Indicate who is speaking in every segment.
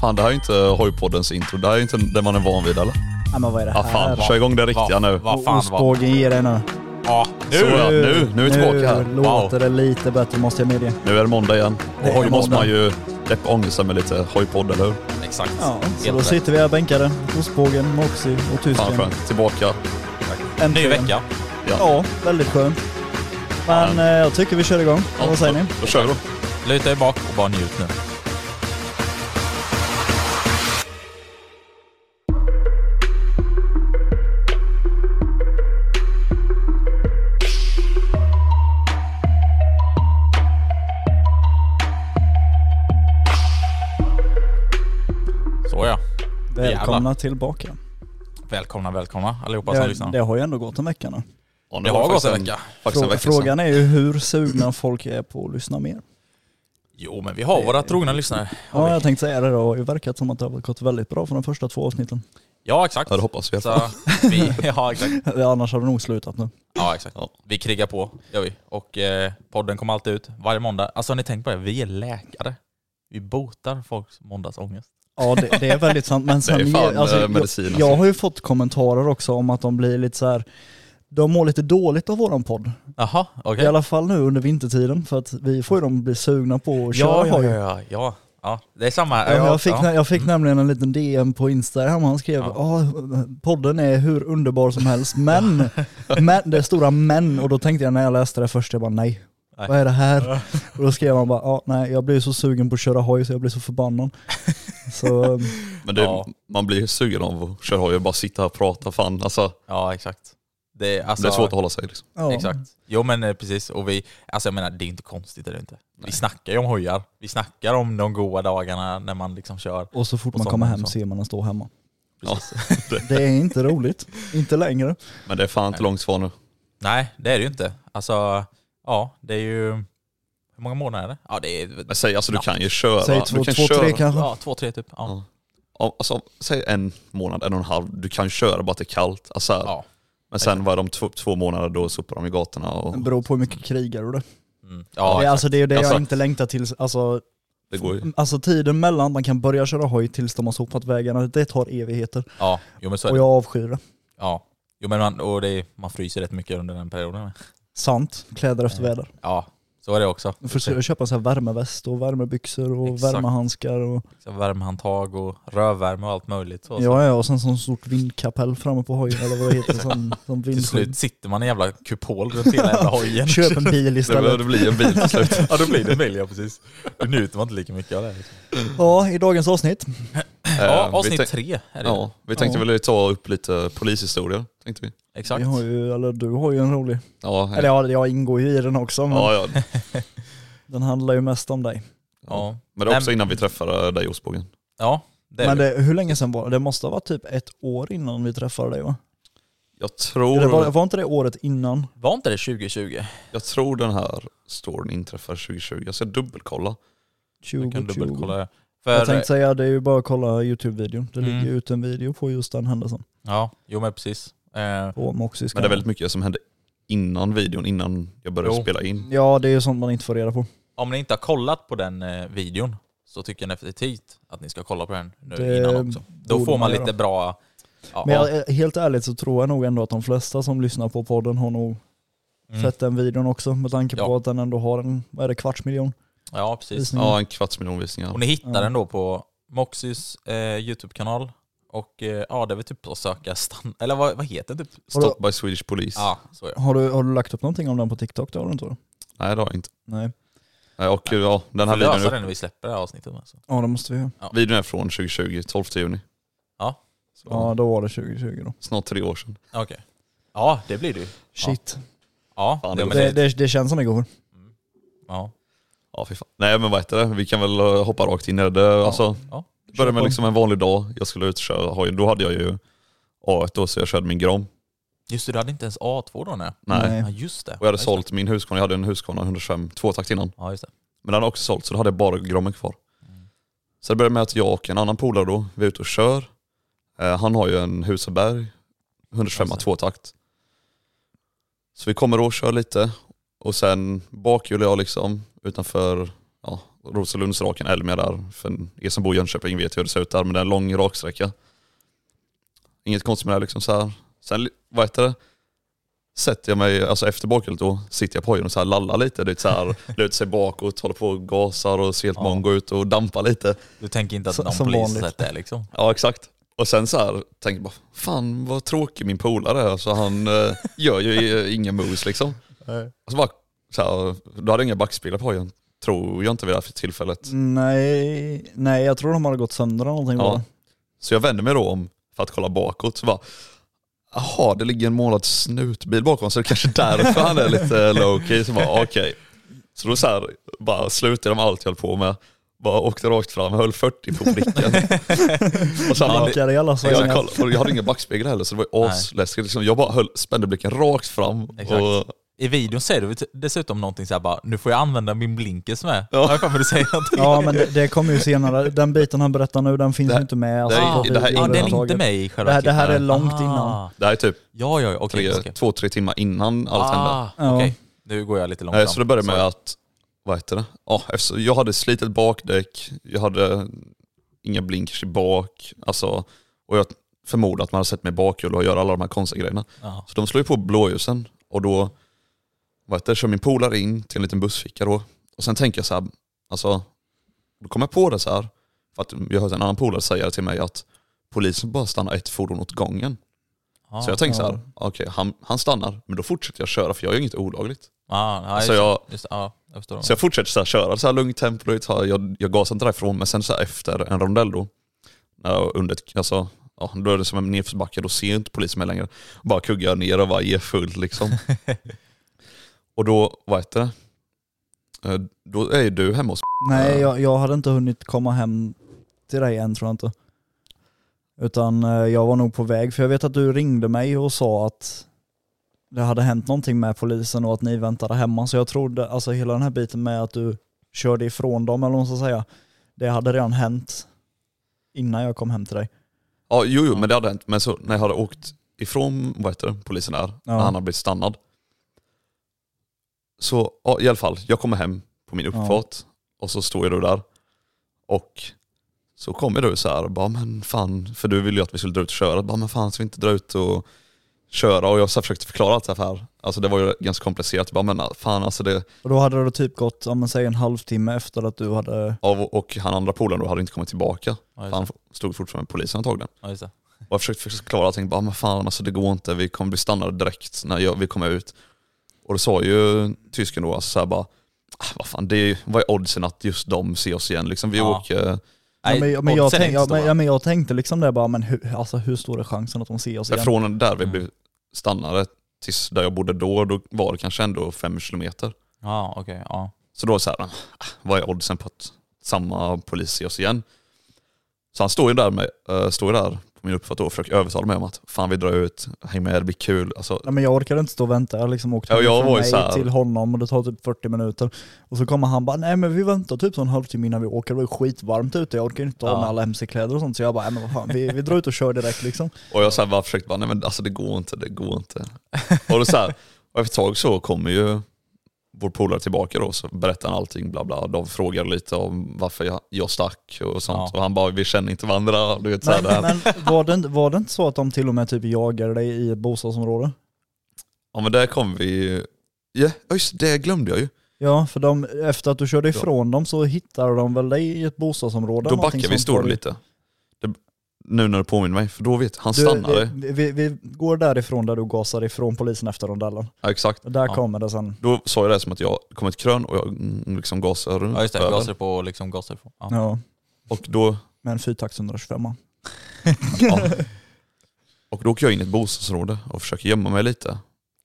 Speaker 1: Fan, det här är inte Hojpoddens intro. Det här är inte det man är van vid eller?
Speaker 2: Ja, men vad är det
Speaker 1: Ja,
Speaker 2: här?
Speaker 1: fan. Kör igång det riktiga nu.
Speaker 3: Vad fan var...
Speaker 2: Ostbågen ger dig nu.
Speaker 3: Ja, nu!
Speaker 1: Så ja, nu, nu är vi tillbaka här.
Speaker 2: Nu låter det lite bättre måste jag medge.
Speaker 1: Nu är det måndag igen. Och
Speaker 2: är
Speaker 1: hoj måste
Speaker 2: måndag.
Speaker 1: man ju släppa ångesten med lite hojpodd, eller hur?
Speaker 3: Exakt.
Speaker 2: Ja, så
Speaker 3: Helt
Speaker 2: då
Speaker 3: rätt.
Speaker 2: sitter vi här bänkade. Ostbågen, Moxie och
Speaker 1: Fan
Speaker 2: tysken.
Speaker 1: skönt. Tillbaka.
Speaker 3: Ny vecka.
Speaker 2: Ja, väldigt skönt. Men eh, jag tycker vi kör igång. Vad säger ni?
Speaker 1: Då, då kör vi då.
Speaker 3: Luta er bak och bara njut nu. Så ja.
Speaker 2: Välkomna tillbaka.
Speaker 3: Välkomna, välkomna allihopa som
Speaker 2: Det,
Speaker 3: lyssnar.
Speaker 2: det har ju ändå gått en vecka nu.
Speaker 1: Ja, nu
Speaker 3: Det har
Speaker 1: faktiskt
Speaker 3: gått en vecka.
Speaker 1: Faktiskt en vecka sedan.
Speaker 2: Frågan är ju hur sugna folk är på att lyssna mer.
Speaker 3: Jo, men vi har våra trogna lyssnare.
Speaker 2: Ja, jag tänkte säga det. då. Det har ju verkat som att det har gått väldigt bra för de första två avsnitten.
Speaker 3: Ja, exakt.
Speaker 1: Ja, det hoppas vi.
Speaker 3: Så, vi, ja, exakt.
Speaker 2: Annars hade det nog slutat nu.
Speaker 3: Ja, exakt.
Speaker 1: Ja.
Speaker 3: Vi krigar på, gör vi. Och eh, podden kommer alltid ut varje måndag. Alltså har ni tänkt på det? Vi är läkare. Vi botar folks måndagsångest.
Speaker 2: Ja det, det är väldigt sant. Men sen,
Speaker 1: Det är fan,
Speaker 2: ger- alltså,
Speaker 1: eh,
Speaker 2: jag,
Speaker 1: medicin, alltså.
Speaker 2: jag har ju fått kommentarer också om att de blir lite så här. De mår lite dåligt av våran podd.
Speaker 3: Jaha, okej.
Speaker 2: I alla fall nu under vintertiden för att vi får ju dem bli sugna på att köra
Speaker 3: Ja, ja,
Speaker 2: hoj.
Speaker 3: ja, ja, ja. ja. Det är samma.
Speaker 2: Ja, Jag fick,
Speaker 3: ja.
Speaker 2: nä- jag fick nämligen en liten DM på Instagram och han skrev
Speaker 3: Ja.
Speaker 2: ja. podden är hur underbar som helst men, men, det är stora men och då tänkte jag när jag läste det först, jag bara nej.
Speaker 3: Nej.
Speaker 2: Vad är det här? Och då skrev han bara, ja nej jag blir så sugen på att köra hoj så jag blir så förbannad. Så
Speaker 1: Men det,
Speaker 3: Ja.
Speaker 1: man blir ju sugen av att köra hoj och bara sitta här och prata. Fan, alltså,
Speaker 3: ja, exakt. Det är, alltså,
Speaker 1: det är svårt att hålla sig liksom.
Speaker 2: ja.
Speaker 3: Exakt. Jo men eh, precis, och vi, alltså jag menar det är inte konstigt är det inte. Vi snackar ju om hojar, vi snackar om de goda dagarna när man liksom kör.
Speaker 2: Och så fort
Speaker 3: Och
Speaker 2: man
Speaker 3: sånt
Speaker 2: kommer hem
Speaker 3: också.
Speaker 2: ser man den stå hemma.
Speaker 1: Ja.
Speaker 2: Det är inte roligt. Inte längre.
Speaker 1: Men det är fan inte långt kvar nu.
Speaker 3: Nej, det är det ju inte. Alltså, ja det är ju, hur många månader är det? Ja det är,
Speaker 1: Men säg, alltså du kan ju köra.
Speaker 2: Säg
Speaker 1: du
Speaker 2: två,
Speaker 1: kan
Speaker 2: två
Speaker 1: köra-
Speaker 2: tre kanske.
Speaker 3: ja två, tre typ. Ja.
Speaker 1: Ja. Ja, Alltså, säg en månad, en och en halv. Du kan köra bara att det är kallt. Alltså, här.
Speaker 3: Ja.
Speaker 1: Men sen var de två, två månader då sopar de i gatorna. Och
Speaker 2: Det beror på hur mycket krigare du är.
Speaker 3: Mm.
Speaker 2: det, är
Speaker 3: Ja,
Speaker 2: alltså, det är ju det
Speaker 1: Alltså-
Speaker 2: jag inte längtar till. Alltså,
Speaker 1: det går ju.
Speaker 2: alltså tiden mellan man kan börja köra hoj tills de har sopat vägarna, det tar evigheter.
Speaker 3: ja. Jo, men så är
Speaker 2: Och
Speaker 3: det.
Speaker 2: jag avskyr det.
Speaker 3: Ja. Jo, men man, och det är, man fryser rätt mycket under den perioden.
Speaker 2: Sant. Kläder efter
Speaker 3: Ja.
Speaker 2: väder.
Speaker 3: Ja, så är det också.
Speaker 2: Jag försöker köpa så här värmeväst och värmebyxor och
Speaker 3: Exakt.
Speaker 2: värmehandskar. Och,
Speaker 3: Så värmehandtag och rövvärme och allt möjligt. Så, så.
Speaker 2: ja, ja, och sen sån stort vindkapell framme på hojen eller vad det heter. Sån, sån
Speaker 3: Till
Speaker 2: vindskydd.
Speaker 3: slut sitter man i en jävla kupol runt hela jävla hojen.
Speaker 2: Köp en bil
Speaker 1: Det,
Speaker 2: istället.
Speaker 1: det blir en bil till slut.
Speaker 3: ja, då blir det en bil, ja precis. Då njuter man inte lika mycket av det.
Speaker 2: Ehm,
Speaker 3: Liksom.
Speaker 2: Ja, i dagens avsnitt.
Speaker 3: Ja,
Speaker 1: Eh, vi
Speaker 3: avsnitt
Speaker 1: tänk-
Speaker 3: tre är det.
Speaker 1: Ja, vi tänkte
Speaker 2: Ja.
Speaker 1: väl ta upp lite polishistorier. Tänkte vi.
Speaker 3: Exakt.
Speaker 2: Vi har ju, eller du har ju en rolig.
Speaker 1: Ja,
Speaker 2: Eller ja, jag ingår ju i den också men
Speaker 1: ja, ja.
Speaker 2: den handlar ju mest om dig.
Speaker 3: Ja,
Speaker 1: Men det är
Speaker 3: Nej,
Speaker 1: också innan vi träffade dig i Osbogen.
Speaker 3: ja det är
Speaker 2: Men
Speaker 3: det.
Speaker 2: det, hur länge sedan var det? Det måste ha varit typ ett år innan vi träffade dig va?
Speaker 1: Jag tror,
Speaker 2: Eller var, var inte det året innan?
Speaker 3: Var inte det 2020?
Speaker 1: jag tror den här storyn inträffar 2020. Jag ska dubbelkolla.
Speaker 3: Jag kan
Speaker 2: 2020?
Speaker 3: dubbelkolla det.
Speaker 2: Jag
Speaker 3: För,
Speaker 2: tänkte säga det är ju bara att kolla Youtube-videon. Det
Speaker 3: Mm.
Speaker 2: ligger ju ut en video på just den händelsen.
Speaker 3: ja, jo men precis. Eh,
Speaker 2: På Moxys
Speaker 1: Men det är
Speaker 2: kanal.
Speaker 1: väldigt mycket som hände innan videon, innan jag började
Speaker 3: Jo.
Speaker 1: spela in.
Speaker 2: Ja det är ju sånt man inte får reda på.
Speaker 3: om ni inte har kollat på den eh, videon så tycker jag definitivt att ni ska kolla på den nu
Speaker 2: Det
Speaker 3: innan också. Då
Speaker 2: borde
Speaker 3: får
Speaker 2: man
Speaker 3: man
Speaker 2: göra.
Speaker 3: lite bra... Ja,
Speaker 2: Men jag, helt ärligt så tror jag nog ändå att de flesta som lyssnar på podden har nog
Speaker 3: mm.
Speaker 2: sett den videon också med tanke på
Speaker 3: Ja.
Speaker 2: att den ändå har en, vad är det, kvarts miljon
Speaker 3: ja precis.
Speaker 2: visningar.
Speaker 1: Ja, en kvarts miljon visningar.
Speaker 3: Och ni hittar
Speaker 2: Ja.
Speaker 3: den då på Moxys eh, YouTube-kanal. Och eh, ja, det är väl typ att söka stanna... Eller vad, vad heter den typ?
Speaker 2: Har, du,
Speaker 1: Stop by Swedish Police.
Speaker 3: Ja, så ja.
Speaker 2: har, du, har du lagt upp någonting om den på TikTok? Det har du inte va?
Speaker 1: Nej det har jag inte.
Speaker 2: Nej.
Speaker 1: Nej, Och ja, den här
Speaker 3: Vi får
Speaker 1: videon
Speaker 3: lösa
Speaker 1: är,
Speaker 3: den när vi släpper det här avsnittet. Alltså.
Speaker 2: Ja det måste vi göra.
Speaker 1: videon är från 2020, 12 juni.
Speaker 3: Ja.
Speaker 1: Så,
Speaker 2: Ja då var det 2020 då.
Speaker 1: Snart tre år sedan.
Speaker 3: Okej. Ja, det blir det ju.
Speaker 2: Shit.
Speaker 3: Ja,
Speaker 1: Fan,
Speaker 3: det,
Speaker 1: det
Speaker 3: men
Speaker 2: det,
Speaker 3: det,
Speaker 2: det, det känns som igår.
Speaker 3: ja.
Speaker 1: Ja fy fan. Nej men vad heter det, vi kan väl eh, hoppa rakt in i det. det. Alltså,
Speaker 3: Ja.
Speaker 1: började med
Speaker 2: på.
Speaker 1: liksom en vanlig dag, jag skulle ut och köra hoj. Då hade jag ju A1 då så jag körde min Grom.
Speaker 3: Just det, du hade inte ens A2 då nu.
Speaker 1: Nej.
Speaker 2: Nej.
Speaker 3: Ja, just det.
Speaker 1: Och jag hade
Speaker 3: ja, just det.
Speaker 1: sålt min Husqvarna, jag hade en Husqvarna 125 tvåtakt innan.
Speaker 3: Ja, just det.
Speaker 1: Men den har också sålt så då hade jag bara Grommen kvar. Så det började med att jag och en annan polare då, vi är ute och kör. Eh, han har ju en Husaberg, 125
Speaker 3: Alltså.
Speaker 1: tvåtakt. Så vi kommer och kör lite och sen bakhjular jag liksom utanför ja, Roselundsraken, Elmia där. För er som bor i Jönköping vet ju hur det ser ut där, men det är en lång raksträcka. Inget konstigt med det liksom så här. Sen, vad heter det? Sätter jag mig, alltså efter bakhjulet då, sitter jag på hojen och så här lallar lite. Det är så här, lutar sig bakåt, håller på och gasar och ser helt
Speaker 3: Ja.
Speaker 1: mongo ut och dampar lite.
Speaker 3: Du tänker inte att
Speaker 2: Så-
Speaker 3: någon
Speaker 2: som
Speaker 3: polis
Speaker 2: vanligt.
Speaker 3: har sett det liksom?
Speaker 1: Ja exakt. Och sen så här, tänker jag bara, fan vad tråkig min polare är. Alltså han eh, gör ju eh, inga moves liksom.
Speaker 2: Eh,
Speaker 1: Alltså bara, så här, då hade jag inga backspeglar på hojen. Tror jag inte vid det här för tillfället.
Speaker 2: Nej, nej, jag tror de hade gått sönder eller någonting.
Speaker 1: Ja.
Speaker 2: bara.
Speaker 1: Så jag vände mig då om för att kolla bakåt. Så bara, jaha det ligger en målad snutbil bakom så det är kanske därför han är lite low-key. Så bara okej. Så då så här, bara slutade de med allt jag höll på med. Bara åkte rakt fram, höll 40 på pricken. Och sen bara,
Speaker 2: Bankade i alla
Speaker 1: Så jag,
Speaker 2: svängar.
Speaker 1: kollade, och jag hade inga backspeglar heller så det var ju asläskigt. Liksom, jag bara höll, spände blicken rakt fram.
Speaker 3: Exakt.
Speaker 1: Och,
Speaker 3: I videon säger du dessutom någonting så här bara, nu får jag använda min blinkers med.
Speaker 1: Ja.
Speaker 3: Ja. Jag har för mig du säger någonting.
Speaker 2: Ja men det, det kommer ju senare. Den biten han berättar nu den finns
Speaker 1: Det
Speaker 2: ju
Speaker 1: här-
Speaker 2: inte med. Alltså,
Speaker 1: det här-
Speaker 2: på
Speaker 1: det här-
Speaker 2: videon
Speaker 3: ja, den är inte
Speaker 2: överhuvudtaget.
Speaker 3: med i själva
Speaker 2: Det här, det här är
Speaker 3: klippet.
Speaker 2: långt
Speaker 3: Ah.
Speaker 2: innan.
Speaker 1: det här är typ
Speaker 3: Ja, ja, ja, okej.
Speaker 1: tre,
Speaker 3: okej.
Speaker 1: två, tre timmar innan allt hände.
Speaker 3: ah,
Speaker 2: Ja.
Speaker 3: Okej, nu går jag lite långt
Speaker 1: Eh,
Speaker 3: fram.
Speaker 1: Så det började med
Speaker 3: Sorry.
Speaker 1: att, vad heter det? Ja, eftersom jag hade slitet bakdäck, jag hade inga blinkers i bak, alltså, och jag förmodar att man hade sett mig bakhjul och göra alla de här konstiga grejerna.
Speaker 3: Ja.
Speaker 1: Så de slår ju på blåljusen och då vad heter, det, kör min polare in till en liten bussficka då. Och sen tänker jag så här, alltså, då kommer jag på det så här, för att jag hörde en annan polare säga det till mig att polisen bara stannar ett fordon åt gången.
Speaker 3: Ah,
Speaker 1: så jag tänker så här,
Speaker 2: ja.
Speaker 1: okej han, han stannar, men då fortsätter jag köra för jag gör inget olagligt.
Speaker 3: ah, ja,
Speaker 1: så,
Speaker 3: just-
Speaker 1: alltså jag,
Speaker 3: Just, ja, jag förstår.
Speaker 1: så jag fortsätter så här, köra så här lugnt tempo, och tar- jag, jag gasar inte därifrån, men sen så här, efter en rondell då, när jag under ett, alltså, ja, då är det som en nedförsbacke, då ser ju inte polisen mig längre. Bara kuggar ner och bara ger fullt liksom. Och då, vad heter det? Eh, Då är ju du hemma hos
Speaker 2: Nej jag, jag hade inte hunnit komma hem till dig än tror jag inte. Utan eh, jag var nog på väg för jag vet att du ringde mig och sa att det hade hänt någonting med polisen och att ni väntade hemma. Så jag trodde, alltså hela den här biten med att du körde ifrån dem eller vad man ska säga. Det hade redan hänt innan jag kom hem till dig.
Speaker 1: Ja, jo, jo men det hade hänt. Men så när jag hade åkt ifrån vad heter det, polisen där,
Speaker 2: Ja.
Speaker 1: när han hade blivit stannad. Så ja, i alla fall, jag kommer hem på min uppfart och så står jag då där. Och så kommer du så här, bara men fan, för du ville ju att vi skulle dra ut och köra. Bara men fan, ska vi inte dra ut och köra? Och jag så här försökte förklara allt det här. Alltså det var ju ganska komplicerat. Bara men fan alltså det,
Speaker 2: Och då hade det typ gått, ja men säg en halvtimme efter att du hade...
Speaker 1: av, och han andra polaren då hade inte kommit tillbaka.
Speaker 3: Ja,
Speaker 1: För han
Speaker 3: just det.
Speaker 1: stod fortfarande med polisen antagligen.
Speaker 3: Ja, just det.
Speaker 1: Och jag försökte förklara allting, bara men fan alltså det går inte, vi kommer bli stannade direkt när jag, vi kommer ut. Och då sa ju tysken då alltså så här bara, ah, vad fan det är, ju- vad är oddsen att just de ser oss igen liksom? Vi
Speaker 3: Ja.
Speaker 1: åker,
Speaker 2: Ja, men,
Speaker 3: Nej,
Speaker 2: ja, men, jag
Speaker 3: oddsen är
Speaker 2: tänk,
Speaker 3: inte
Speaker 2: ja, men,
Speaker 3: stora.
Speaker 2: ja, men jag tänkte liksom det bara, men hur, alltså, hur stor är chansen att de ser oss igen?
Speaker 1: från där vi
Speaker 3: Mm.
Speaker 1: blev stannade tills där jag bodde då, då var det kanske ändå fem kilometer.
Speaker 3: Ja, Ah, okej. Ja.
Speaker 1: Så då så här, ah, vad är oddsen på att samma polis ser oss igen? Så han står ju där, med, eh, står ju där på min uppfattning och försöker övertala mig om att fan vi drar ut, häng med, det blir kul. Alltså,
Speaker 2: Ja, men jag orkade inte stå och vänta, jag liksom åkte
Speaker 1: Ja, jag
Speaker 2: från
Speaker 1: var ju
Speaker 2: mig
Speaker 1: så här-
Speaker 2: till honom och det tar typ 40 minuter. Och så kommer han bara, nej men vi väntar typ så en halvtimme innan vi åker, det var ju skitvarmt ute, jag orkar inte ha
Speaker 3: Ja.
Speaker 2: med alla mc-kläder och sånt. Så jag bara, nej men vad fan, vi, vi drar ut och kör direkt liksom.
Speaker 1: Och jag så här bara försökte bara, nej men alltså det går inte, det går inte. Och då så här, och efter ett tag så kommer ju vår polare tillbaka då, så berättar han allting, bla bla. De frågar lite om varför jag, jag stack och sånt.
Speaker 3: Ja.
Speaker 1: Och han bara, vi känner inte varandra. Du vet, så här,
Speaker 2: Men,
Speaker 1: det här.
Speaker 2: men var, det, inte- var det inte så att de till och med typ jagade dig i ett bostadsområde?
Speaker 1: Ja men där kom vi, ja just det glömde jag ju.
Speaker 2: Ja, för de, efter att du körde ifrån dem så hittade de väl dig i ett bostadsområde.
Speaker 1: Då
Speaker 2: någonting
Speaker 1: backar vi
Speaker 2: sånt
Speaker 1: storyn
Speaker 2: var det.
Speaker 1: lite. Det, nu när du påminner mig, för då vet han
Speaker 2: Du,
Speaker 1: stannade.
Speaker 2: vi, vi, vi går därifrån där du gasar ifrån polisen efter rondellen.
Speaker 1: Ja, exakt.
Speaker 2: Och Där
Speaker 3: Ja.
Speaker 2: kommer det sen.
Speaker 1: Då sa jag det som att jag kom ett krön och jag mm, liksom gasade runt.
Speaker 3: ja, just det.
Speaker 1: över.
Speaker 3: Gasar på liksom gasar på. Ja.
Speaker 2: Ja.
Speaker 1: Och då
Speaker 2: Med en fyrtakts 125.
Speaker 1: Ja. Och då åker jag in i ett bostadsområde och försöker gömma mig lite.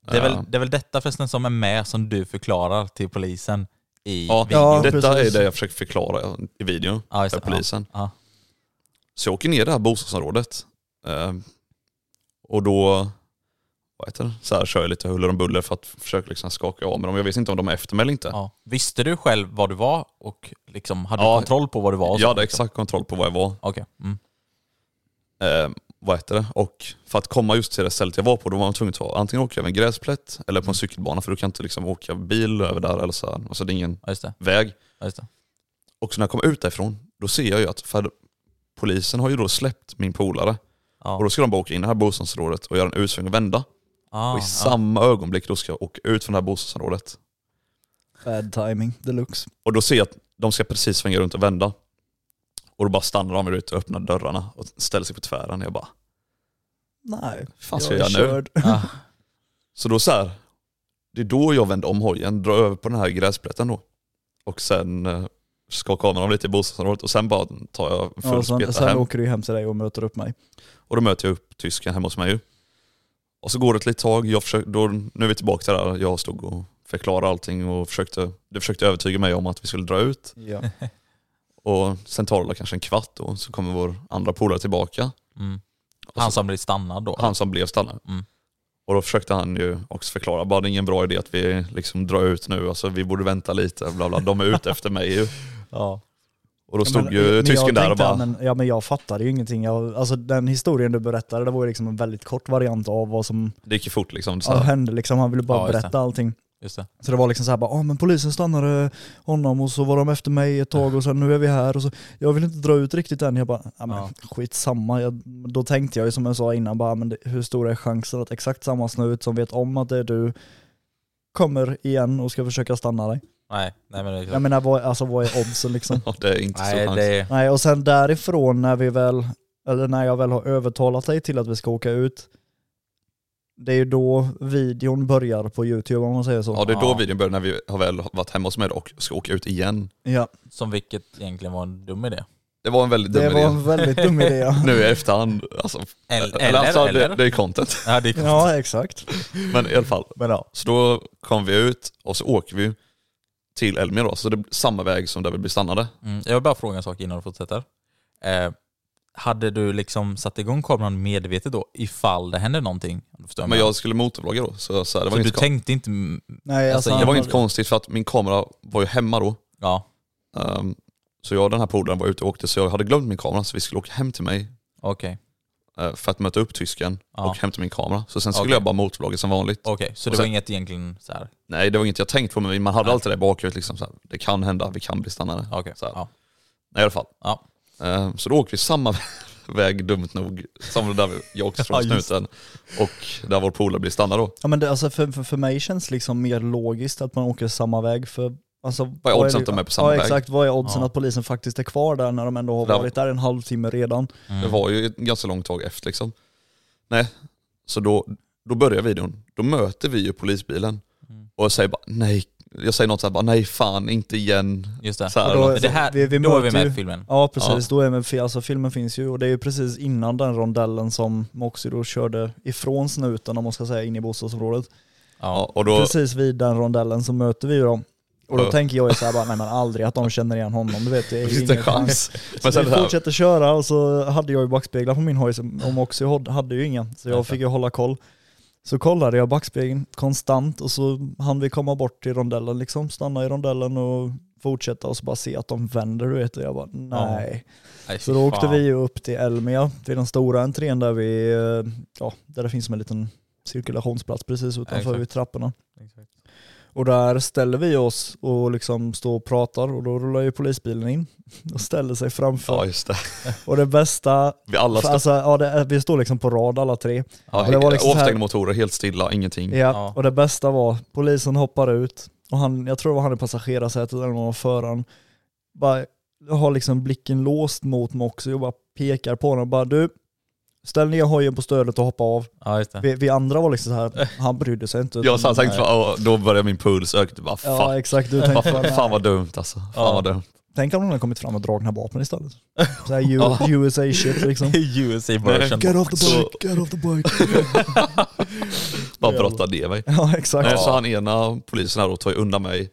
Speaker 3: Det, är
Speaker 1: Eh,
Speaker 3: väl, det är väl detta förresten som är med som du förklarar till polisen i
Speaker 1: Ja,
Speaker 3: videon.
Speaker 2: Ja,
Speaker 1: detta
Speaker 2: precis.
Speaker 1: är det jag försöker förklara i videon
Speaker 3: Ja, just
Speaker 1: för
Speaker 3: det.
Speaker 1: polisen.
Speaker 3: Ja.
Speaker 1: Så jag åker ner i det här bostadsområdet eh, och då vad heter det? Så här kör jag lite huller om buller för att försöka liksom skaka av med dem. Jag vet inte om de är efter mig eller inte.
Speaker 3: Ja. Ja. Visste du själv var du var och liksom hade
Speaker 1: Ja.
Speaker 3: du kontroll på var du var? och så?
Speaker 1: jag hade exakt kontroll på var jag var.
Speaker 3: Okej. Mm.
Speaker 1: Eh, vad heter det? Och för att komma just till det stället jag var på, då var man tvungen att ta, antingen åka över en gräsplätt eller på en cykelbana för du kan inte liksom åka bil över där. Eller så här. Alltså det är ingen
Speaker 3: Ja, just det.
Speaker 1: väg.
Speaker 3: Ja, just det.
Speaker 1: Och så när jag kom ut därifrån, då ser jag ju att för polisen har ju då släppt min polare. Och
Speaker 3: Ja.
Speaker 1: då ska de bara åka in i det här bostadsområdet och göra en utsväng och vända.
Speaker 3: Ah,
Speaker 1: och i
Speaker 3: ja.
Speaker 1: samma ögonblick då ska jag åka ut från det här bostadsområdet.
Speaker 2: Bad timing deluxe.
Speaker 1: Och då ser jag att de ska precis svänga runt och vända. Och då bara stannar de ute och öppnar dörrarna och ställer sig på tvären. Jag bara,
Speaker 2: Nej,
Speaker 1: vad fan ska jag,
Speaker 2: är
Speaker 1: göra nu?
Speaker 2: körd.
Speaker 3: Ah,
Speaker 1: Så då så här, det är då jag vänder om hojen, drar över på den här gräsplätten då. Och sen eh, skakar av mig dem lite i bostadsområdet och sen bara tar jag en full
Speaker 2: Ja, sen,
Speaker 1: speta hem.
Speaker 2: sen åker du ju hem till dig och möter upp mig.
Speaker 1: Och då möter jag upp tysken hemma hos mig ju. Och så går det ett litet tag, jag försöker, då, nu är vi tillbaka till det här, jag stod och förklarade allting och försökte, du försökte övertyga mig om att vi skulle dra ut.
Speaker 2: Ja.
Speaker 1: Och sen tar det kanske en kvart då, så kommer vår andra polare tillbaka.
Speaker 3: mm.
Speaker 1: Och
Speaker 3: Han
Speaker 1: så,
Speaker 3: som blir stannad då?
Speaker 1: han som blev stannad.
Speaker 3: Mm.
Speaker 1: Och då försökte han ju också förklara, bara det är ingen bra idé att vi liksom drar ut nu, alltså vi borde vänta lite, bla bla, de är ute efter mig ju.
Speaker 3: Ja.
Speaker 1: Och då stod
Speaker 2: Men- eh,
Speaker 1: ju
Speaker 2: men jag
Speaker 1: tysken där och
Speaker 2: tänkte,
Speaker 1: bara,
Speaker 2: ja, men, ja men jag fattade ju ingenting. Jag, alltså den historien du berättade det var ju liksom en väldigt kort variant av vad som
Speaker 1: det gick ju fort liksom. Så
Speaker 2: ja,
Speaker 1: här.
Speaker 2: hände liksom. Han ville bara
Speaker 3: Ja, just det.
Speaker 2: berätta allting.
Speaker 3: Just det.
Speaker 2: Så det var liksom såhär bara, ah, men polisen stannade honom och så var de efter mig ett tag och sen nu är vi här och så, jag vill inte dra ut riktigt än. Jag bara, ah, men
Speaker 3: Ja.
Speaker 2: skitsamma. Jag, då tänkte jag ju som jag sa innan, bara, "Ah, men det, hur stor är chansen att exakt samma snut som vet om att det är du kommer igen och ska försöka stanna dig?
Speaker 3: Nej, nej men det är klart.
Speaker 2: Jag menar, vad, alltså, vad är oddsen liksom?
Speaker 1: Ja, det är inte så
Speaker 3: Nej,
Speaker 1: chans.
Speaker 3: det är...
Speaker 2: Nej, och sen därifrån när vi väl, eller när jag väl har övertalat dig till att vi ska åka ut, det är ju då videon börjar på YouTube om man säger så.
Speaker 1: Ja det är då
Speaker 3: Ja.
Speaker 1: videon börjar när vi har väl varit hemma hos mig och ska åka ut igen.
Speaker 2: Ja,
Speaker 3: Som vilket egentligen var en dum idé.
Speaker 1: Det var en väldigt dum
Speaker 2: det var
Speaker 1: idé.
Speaker 2: en väldigt dum idé. ja.
Speaker 1: Nu i efterhand, alltså,
Speaker 3: Eller,
Speaker 1: eller, alltså
Speaker 3: eller?
Speaker 1: Det, det är content.
Speaker 3: Ja, det är konstigt.
Speaker 2: Ja, exakt.
Speaker 1: Men i alla fall,
Speaker 2: Men ja.
Speaker 1: så då kom vi ut och så åker vi till Elmia då, så det är samma väg som där vi blev stannade.
Speaker 3: Mm, jag vill bara fråga en sak innan du fortsätter. Eh, hade du liksom satt igång kameran medvetet då ifall det hände någonting? Om du förstår vad
Speaker 1: Men jag skulle motorvlogga då, så, så här, det, var
Speaker 3: så du
Speaker 1: inget kon-
Speaker 3: tänkte inte... mm,
Speaker 2: Nej,
Speaker 3: Alltså,
Speaker 2: alltså,
Speaker 1: det var
Speaker 2: han-
Speaker 1: inget konstigt för att min kamera var ju hemma då.
Speaker 3: Ja,
Speaker 1: Ehm, så jag och den här polaren var ute och åkte så jag hade glömt min kamera så vi skulle åka hem till mig
Speaker 3: okej.
Speaker 1: eh, för att möta upp tysken
Speaker 3: Ja.
Speaker 1: och hämta min kamera. Så sen skulle
Speaker 3: Okej.
Speaker 1: jag bara motorvlogga som vanligt.
Speaker 3: Okej, så
Speaker 1: Och
Speaker 3: det
Speaker 1: sen-
Speaker 3: var inget egentligen så här.
Speaker 1: Nej det var inget jag tänkt på men man hade
Speaker 3: Nej.
Speaker 1: alltid det i bakhuvudet liksom så här, det kan hända, vi kan bli stannade.
Speaker 3: Okej,
Speaker 1: Så här.
Speaker 3: ja.
Speaker 1: Nej, i alla fall.
Speaker 3: Ja.
Speaker 1: Eh, Så då åker vi samma väg dumt nog som där vi- jag åkte
Speaker 3: Ja,
Speaker 1: från
Speaker 3: just
Speaker 1: snuten och där vår polare blir stannad då.
Speaker 2: ja, men det, alltså, för, för, för mig känns liksom mer logiskt att man åker samma väg. För, alltså,
Speaker 1: Vad är oddsen
Speaker 2: det-
Speaker 1: att de är på samma
Speaker 2: ja,
Speaker 1: väg?
Speaker 2: exakt. Vad är oddsen
Speaker 3: Ja.
Speaker 2: att polisen faktiskt är kvar där när de ändå har
Speaker 1: Där-
Speaker 2: varit där en halvtimme redan?
Speaker 3: Mm.
Speaker 1: Det var ju ett ganska långt tag efter liksom. Nej, så då, då börjar videon. Då möter vi ju polisbilen
Speaker 3: Mm.
Speaker 1: och jag säger bara nej. Jag säger något såhär bara nej fan inte igen.
Speaker 3: Just det.
Speaker 1: Så här,
Speaker 2: Och då-
Speaker 1: eller
Speaker 3: Men
Speaker 1: något.
Speaker 3: det här,
Speaker 2: Vi- vi
Speaker 3: då är vi
Speaker 2: möter
Speaker 3: med
Speaker 2: ju-
Speaker 3: i filmen.
Speaker 2: Ja precis, då är med, fi- alltså, filmen finns ju och det är ju precis innan den rondellen som Moxie då körde ifrån snuten om man ska säga in i bostadsområdet.
Speaker 1: ja,
Speaker 3: Ja.
Speaker 1: och då,
Speaker 2: Precis vid den rondellen så möter vi ju dem. Och då
Speaker 1: Ja.
Speaker 2: tänker jag ju såhär bara, nej men aldrig att de känner igen honom, du vet det är ju
Speaker 1: inte
Speaker 2: ingen
Speaker 1: en chans.
Speaker 2: Så
Speaker 1: Men sen
Speaker 2: vi
Speaker 1: så
Speaker 3: alltså-
Speaker 1: här-
Speaker 2: fortsätter köra och så hade jag ju backspeglar på min hoj som- och Moxie hod- hade ju inga, så jag fick ju hålla koll. Så kollade jag backspegeln konstant och så hann vi komma bort till rondellen liksom, stanna i rondellen och fortsätta och så bara se att de vänder du vet, och jag bara nej.
Speaker 3: Nej,
Speaker 2: Så
Speaker 3: fy
Speaker 2: då åkte
Speaker 3: fan.
Speaker 2: vi ju upp till Elmia, till den stora entrén där vi, eh, ja, där det finns som en liten cirkulationsplats precis utanför
Speaker 3: Exakt.
Speaker 2: vid trapporna.
Speaker 3: Exakt.
Speaker 2: Och där ställer vi oss och liksom står och pratar och då rullar ju polisbilen in och ställer sig framför.
Speaker 1: Ja just det.
Speaker 2: Och det bästa,
Speaker 1: Vi alla
Speaker 2: för
Speaker 1: stod,
Speaker 2: alltså, ja, det, vi står liksom på rad alla tre.
Speaker 1: ja,
Speaker 2: och det var liksom så här-
Speaker 1: avstängda motorer, helt stilla, ingenting.
Speaker 2: Ja,
Speaker 3: Ja.
Speaker 2: Och det bästa var, polisen hoppar ut och han, jag tror det var han i passagerarsätet eller någon av föraren, bara har liksom blicken låst mot Moxie och bara pekar på honom och bara du, ställ ner hojen på stödet och hoppa av.
Speaker 3: Ja, just det.
Speaker 2: Vi, vi andra var liksom så här, han brydde sig inte.
Speaker 1: Jag satt och
Speaker 2: Utan-
Speaker 1: tänkte, bara, "Åh", då började min puls öka, typ, bara fuck.
Speaker 2: Ja exakt, du tänkte bara,
Speaker 1: Fan, fan
Speaker 2: "Nej."
Speaker 1: vad dumt alltså. Fan
Speaker 3: Ja.
Speaker 1: vad dumt.
Speaker 2: tänk om någon hade kommit fram och dragna vapen istället. Såhär USA shit liksom.
Speaker 3: USA version.
Speaker 2: Get off the
Speaker 1: Så-
Speaker 2: bike, get off the bike.
Speaker 1: Bara
Speaker 2: Jävlar.
Speaker 1: brotta ner mig.
Speaker 2: Ja exakt.
Speaker 1: Nej, Så han ena polisen här då tar ju undan mig,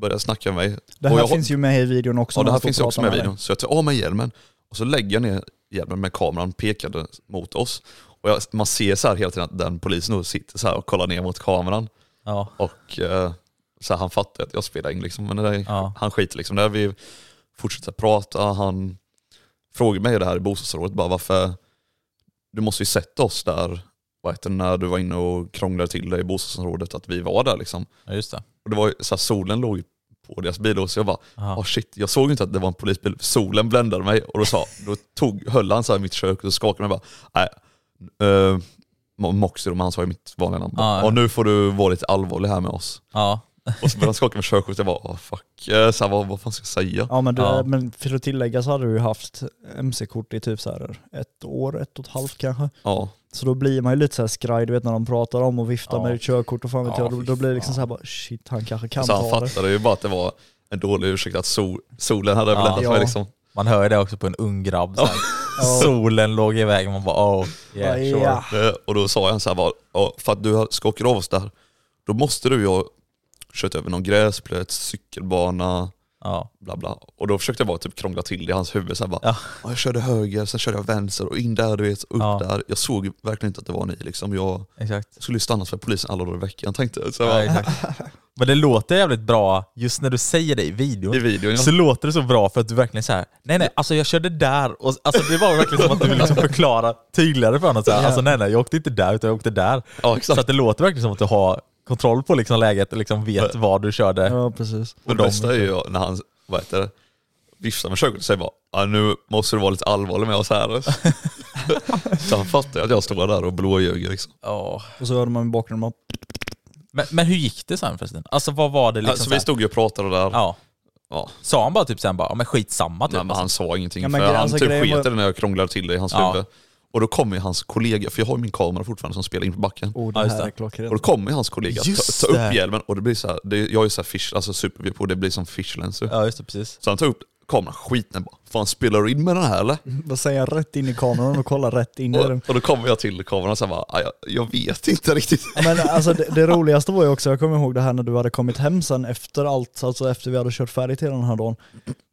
Speaker 1: börjar snacka med mig.
Speaker 2: Det
Speaker 1: och
Speaker 2: här
Speaker 1: jag,
Speaker 2: finns ju med i videon också.
Speaker 1: ja,
Speaker 2: när
Speaker 1: det här
Speaker 2: han står
Speaker 1: finns ju
Speaker 2: och
Speaker 1: också
Speaker 2: pratar
Speaker 1: med i
Speaker 2: dig.
Speaker 1: videon. Så jag tar av mig hjälmen och så lägger jag ner hjälmen med kameran pekade mot oss. Och jag, man ser så här hela tiden att den polisen då sitter så här och kollar ner mot kameran.
Speaker 3: Ja.
Speaker 1: Och eh, så här, han fattar att jag spelar in liksom. Men det där,
Speaker 3: Ja.
Speaker 1: han skiter liksom där. Vi fortsätter prata. Han frågar mig det här i bostadsrådet bara varför, du måste ju sett oss där vad heter det, när du var inne och krånglade till dig i bostadsområdet att vi var där liksom.
Speaker 3: ja, just det.
Speaker 1: Och det var ju så här, solen låg ju på deras bil och så jag bara,
Speaker 3: Aha.
Speaker 1: ah shit, jag såg ju inte att det var en polisbil, solen bländade mig och då, sa, då tog, höll han så här i mitt kök och skakade mig och bara, nej, uh, Moxie de ansvarig mitt vanliga namn.
Speaker 3: Ja, ja.
Speaker 1: Och nu får du vara lite allvarlig här med oss.
Speaker 3: Ja.
Speaker 1: Och så började han skaka med körkortet och jag bara, ah fuck, Eh, så här, vad, vad fan ska jag säga?
Speaker 2: Ja men, du,
Speaker 3: Ja.
Speaker 2: men för att tillägga så hade du ju haft mc-kort i typ så här ett år, ett och ett halvt kanske.
Speaker 1: Ja,
Speaker 2: Så då blir man ju lite så här skraj, du vet när de pratar om och viftar
Speaker 3: Ja.
Speaker 2: med ditt körkort och fan vet
Speaker 3: Ja,
Speaker 2: jag. Då,
Speaker 3: fy
Speaker 2: då blir det liksom
Speaker 3: fan. Alltså,
Speaker 2: så här bara shit, han kanske kan
Speaker 1: så han
Speaker 2: ta det.
Speaker 1: fattade ju bara att det var en dålig ursäkt att sol, solen hade
Speaker 3: Ja.
Speaker 1: bländat
Speaker 2: Ja.
Speaker 1: mig liksom.
Speaker 3: Man hör ju det också på en ung grabb. Så här.
Speaker 2: Ja.
Speaker 3: Solen låg iväg och man bara oh yeah
Speaker 2: Ja,
Speaker 3: sure.
Speaker 2: ja.
Speaker 1: Eh, Och då sa han så här bara, "Ja, för att du har- ska åka av oss där, då måste du ju ha kört över någon gräsplätt, cykelbana,
Speaker 3: Ja.
Speaker 1: bla bla. Och då försökte jag bara typ krångla till det i hans huvud. Så här bara,
Speaker 3: Ja.
Speaker 1: "Ja, jag körde höger, sen körde jag vänster och in där du vet, och upp
Speaker 3: Ja.
Speaker 1: där. Jag såg ju verkligen inte att det var ni liksom. Jag
Speaker 3: Exakt.
Speaker 1: skulle ju stannas för polisen alla dagar i veckan tänkte jag. Så jag
Speaker 3: Ja,
Speaker 1: bara,
Speaker 3: exakt. Men det låter jävligt bra just när du säger det i videon.
Speaker 1: I videon
Speaker 3: Så
Speaker 1: ja.
Speaker 3: låter det så bra för att du verkligen såhär, nej nej alltså jag körde där och alltså det var verkligen som att du vill liksom förklara tydligare för honom såhär,
Speaker 2: Ja.
Speaker 3: alltså nej nej jag åkte inte där utan jag åkte där.
Speaker 1: ja
Speaker 3: Så
Speaker 1: exakt.
Speaker 3: att det låter verkligen som att du har kontroll på liksom läget och liksom vet vad du körde.
Speaker 2: Ja precis.
Speaker 1: Och det bästa är ju när han, vad heter det, viftar med körkortet och säger bara "Ja, nu måste du vara lite allvarlig med oss här. så han fattar ju att jag står där och blåljuger liksom.
Speaker 3: Ja.
Speaker 2: Och så hörde man i bakgrunden bara,
Speaker 3: Men, men hur gick det sen förresten? Alltså vad var det liksom?
Speaker 1: alltså,
Speaker 3: såhär-
Speaker 1: vi stod ju och pratade där.
Speaker 3: ja.
Speaker 1: Ja.
Speaker 3: Sa han bara typ sen bara, ja, men skitsamma typ?
Speaker 1: Nej, men han sa ingenting
Speaker 2: Ja, men
Speaker 1: för
Speaker 2: gre-
Speaker 1: han
Speaker 2: alltså,
Speaker 1: typ
Speaker 2: grejen
Speaker 1: sket
Speaker 2: var-
Speaker 1: i det när jag krånglade till det i hans
Speaker 3: Ja.
Speaker 1: huvud. Och då kommer ju hans kollega, för jag har ju min kamera fortfarande som spelar in på backen.
Speaker 2: oh det
Speaker 3: Ja, just
Speaker 2: här
Speaker 3: det.
Speaker 2: är klockrent.
Speaker 1: Och då kommer ju hans kollega
Speaker 3: Just
Speaker 1: ta, ta
Speaker 3: det.
Speaker 1: upp hjälmen och det blir så här, det, jag är ju så här fish, alltså superview på, det blir som fishlenser.
Speaker 3: alltså." Ja just det, precis.
Speaker 1: Så han tar upp kameran, skiten bara, fan spelar du in med den här eller?
Speaker 2: Vad säger jag rätt in i kameran och kollar rätt in i
Speaker 1: Och,
Speaker 2: den.
Speaker 1: och då kommer jag till kameran och så här bara, "Aj, jag, jag vet inte riktigt.
Speaker 2: Men alltså det, det roligaste var ju också, jag kommer ihåg det här när du hade kommit hem sen efter allt, alltså efter vi hade kört färdigt hela den här dagen.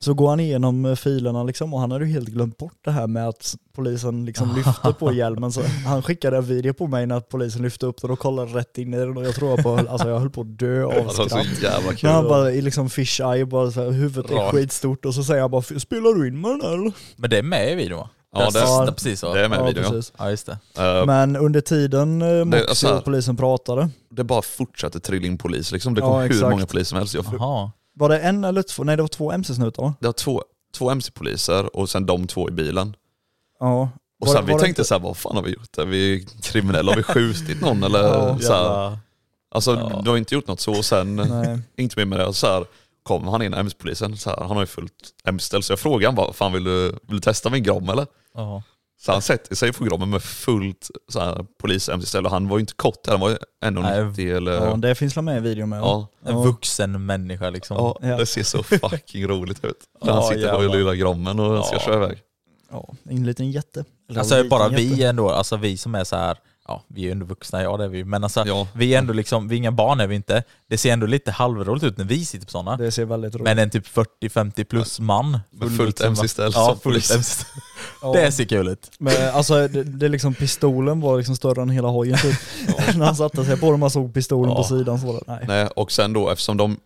Speaker 2: Så går han igenom eh, filerna liksom och han hade ju helt glömt bort det här med att polisen liksom lyfte på hjälmen. Så han skickade en video på mig när polisen lyfte upp den och kollade rätt in i den och jag tror jag på, alltså jag höll på att dö av
Speaker 1: Alltså så
Speaker 2: skratt.
Speaker 1: jävla
Speaker 2: När han
Speaker 1: kul.
Speaker 2: bara i liksom fish eye, bara så här, huvudet är
Speaker 1: Rakt.
Speaker 2: skitstort och så säger han bara “Spelar du in med den här eller?”
Speaker 3: Men det är med i videon va?
Speaker 1: Ja,
Speaker 3: Där
Speaker 1: det-
Speaker 3: sista, precis så.
Speaker 1: Det är med i
Speaker 2: Ja,
Speaker 1: videon.
Speaker 2: precis.
Speaker 3: Ja just det.
Speaker 1: Eh,
Speaker 2: Men under tiden eh,
Speaker 1: Det-
Speaker 2: Moxie
Speaker 1: så här-
Speaker 2: och polisen pratade,
Speaker 1: det bara fortsatte trilla in polis liksom. Det
Speaker 2: Ja,
Speaker 1: kom hur
Speaker 2: exakt.
Speaker 1: många poliser som helst. Jag,
Speaker 3: Jaha.
Speaker 2: var det en eller två? Nej det var två mc-snutar va?
Speaker 1: det var två, två mc-poliser och sen de två i bilen.
Speaker 2: Ja.
Speaker 1: Och
Speaker 2: Var-
Speaker 1: sen vi
Speaker 2: var det
Speaker 1: tänkte
Speaker 2: inte-
Speaker 1: så här, vad fan har vi gjort? Är vi kriminella? Har vi skjutit någon eller
Speaker 2: Ja.
Speaker 1: så här,
Speaker 3: Jävla-
Speaker 1: Alltså
Speaker 3: Ja.
Speaker 1: du har inte gjort något så och sen,
Speaker 2: Nej.
Speaker 1: inte mer med det. Och Så här, kom han in, MS-polisen, så här, han har ju fullt MS-ställ. Så jag frågade han bara, fan vill du, vill du testa min Grom eller?
Speaker 3: Jaha.
Speaker 1: Så han sätter sig på Grommen med fullt så här, polis MC-ställ och han var ju inte kort, han var ju 1,90 eller...
Speaker 2: Ja,
Speaker 1: Ja,
Speaker 2: det finns väl med i videon med?
Speaker 1: ja.
Speaker 3: En
Speaker 2: Ja.
Speaker 3: vuxen människa liksom.
Speaker 2: Ja.
Speaker 1: det ser så fucking roligt ut. När han
Speaker 3: Ja,
Speaker 1: sitter där i
Speaker 3: jävlar.
Speaker 1: lilla Grommen och ska
Speaker 3: Ja.
Speaker 1: köra iväg.
Speaker 2: ja. En liten jätte. Eller en
Speaker 3: Alltså
Speaker 2: liten
Speaker 3: bara
Speaker 2: jätte.
Speaker 3: vi ändå, alltså vi som är så här, ja vi är ju ändå vuxna, ja det är vi men alltså
Speaker 1: Ja.
Speaker 3: vi är ändå liksom, vi är inga barn är vi inte. Det ser ändå lite halvroligt ut när vi sitter på sådana.
Speaker 2: Det ser väldigt roligt
Speaker 3: Men en typ 40-50 plus man.
Speaker 1: Med fullt
Speaker 3: fullvuxen, va?
Speaker 1: MC-ställ
Speaker 3: liksom. Ja,
Speaker 1: som
Speaker 3: fullt
Speaker 1: polis.
Speaker 3: MC.
Speaker 2: Ja.
Speaker 3: Det ser kul ut.
Speaker 2: Men, alltså, det, det är liksom pistolen var liksom större än hela hojen typ. När han satte sig på den man såg pistolen på
Speaker 3: Ja.
Speaker 2: sidan så var det, nej.
Speaker 1: Nej, och sen då eftersom de,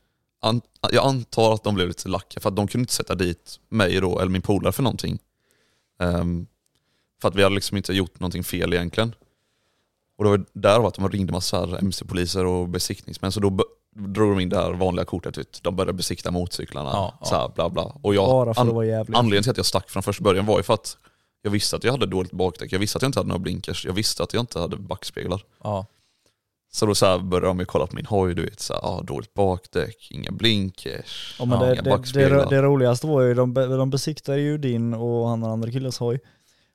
Speaker 1: an, jag antar att de blev lite lacka för att de kunde inte sätta dit mig då, eller min polare för någonting. Ehm, för att vi hade liksom inte gjort någonting fel egentligen. Och det var där att de ringde massa här mc-poliser och besiktningsmän, så då be- drog de in det här vanliga kortet, vet, de började besikta motorcyklarna,
Speaker 3: Ja, ja.
Speaker 1: så här, bla bla. Och jag,
Speaker 2: Bara för
Speaker 1: an-
Speaker 2: att vara jävlig.
Speaker 1: anledningen till att jag stack från första början var ju för att jag visste att jag hade dåligt bakdäck, jag visste att jag inte hade några blinkers, jag visste att jag inte hade backspeglar.
Speaker 3: Ja.
Speaker 1: Så då så här började de ju kolla på min hoj, du vet, så här, ah, dåligt bakdäck, inga blinkers, ah,
Speaker 2: Ja, men det,
Speaker 1: inga
Speaker 2: det, det,
Speaker 1: backspeglar.
Speaker 2: det, roligaste var ju, de, be- de besiktade ju din och han den andra killens hoj.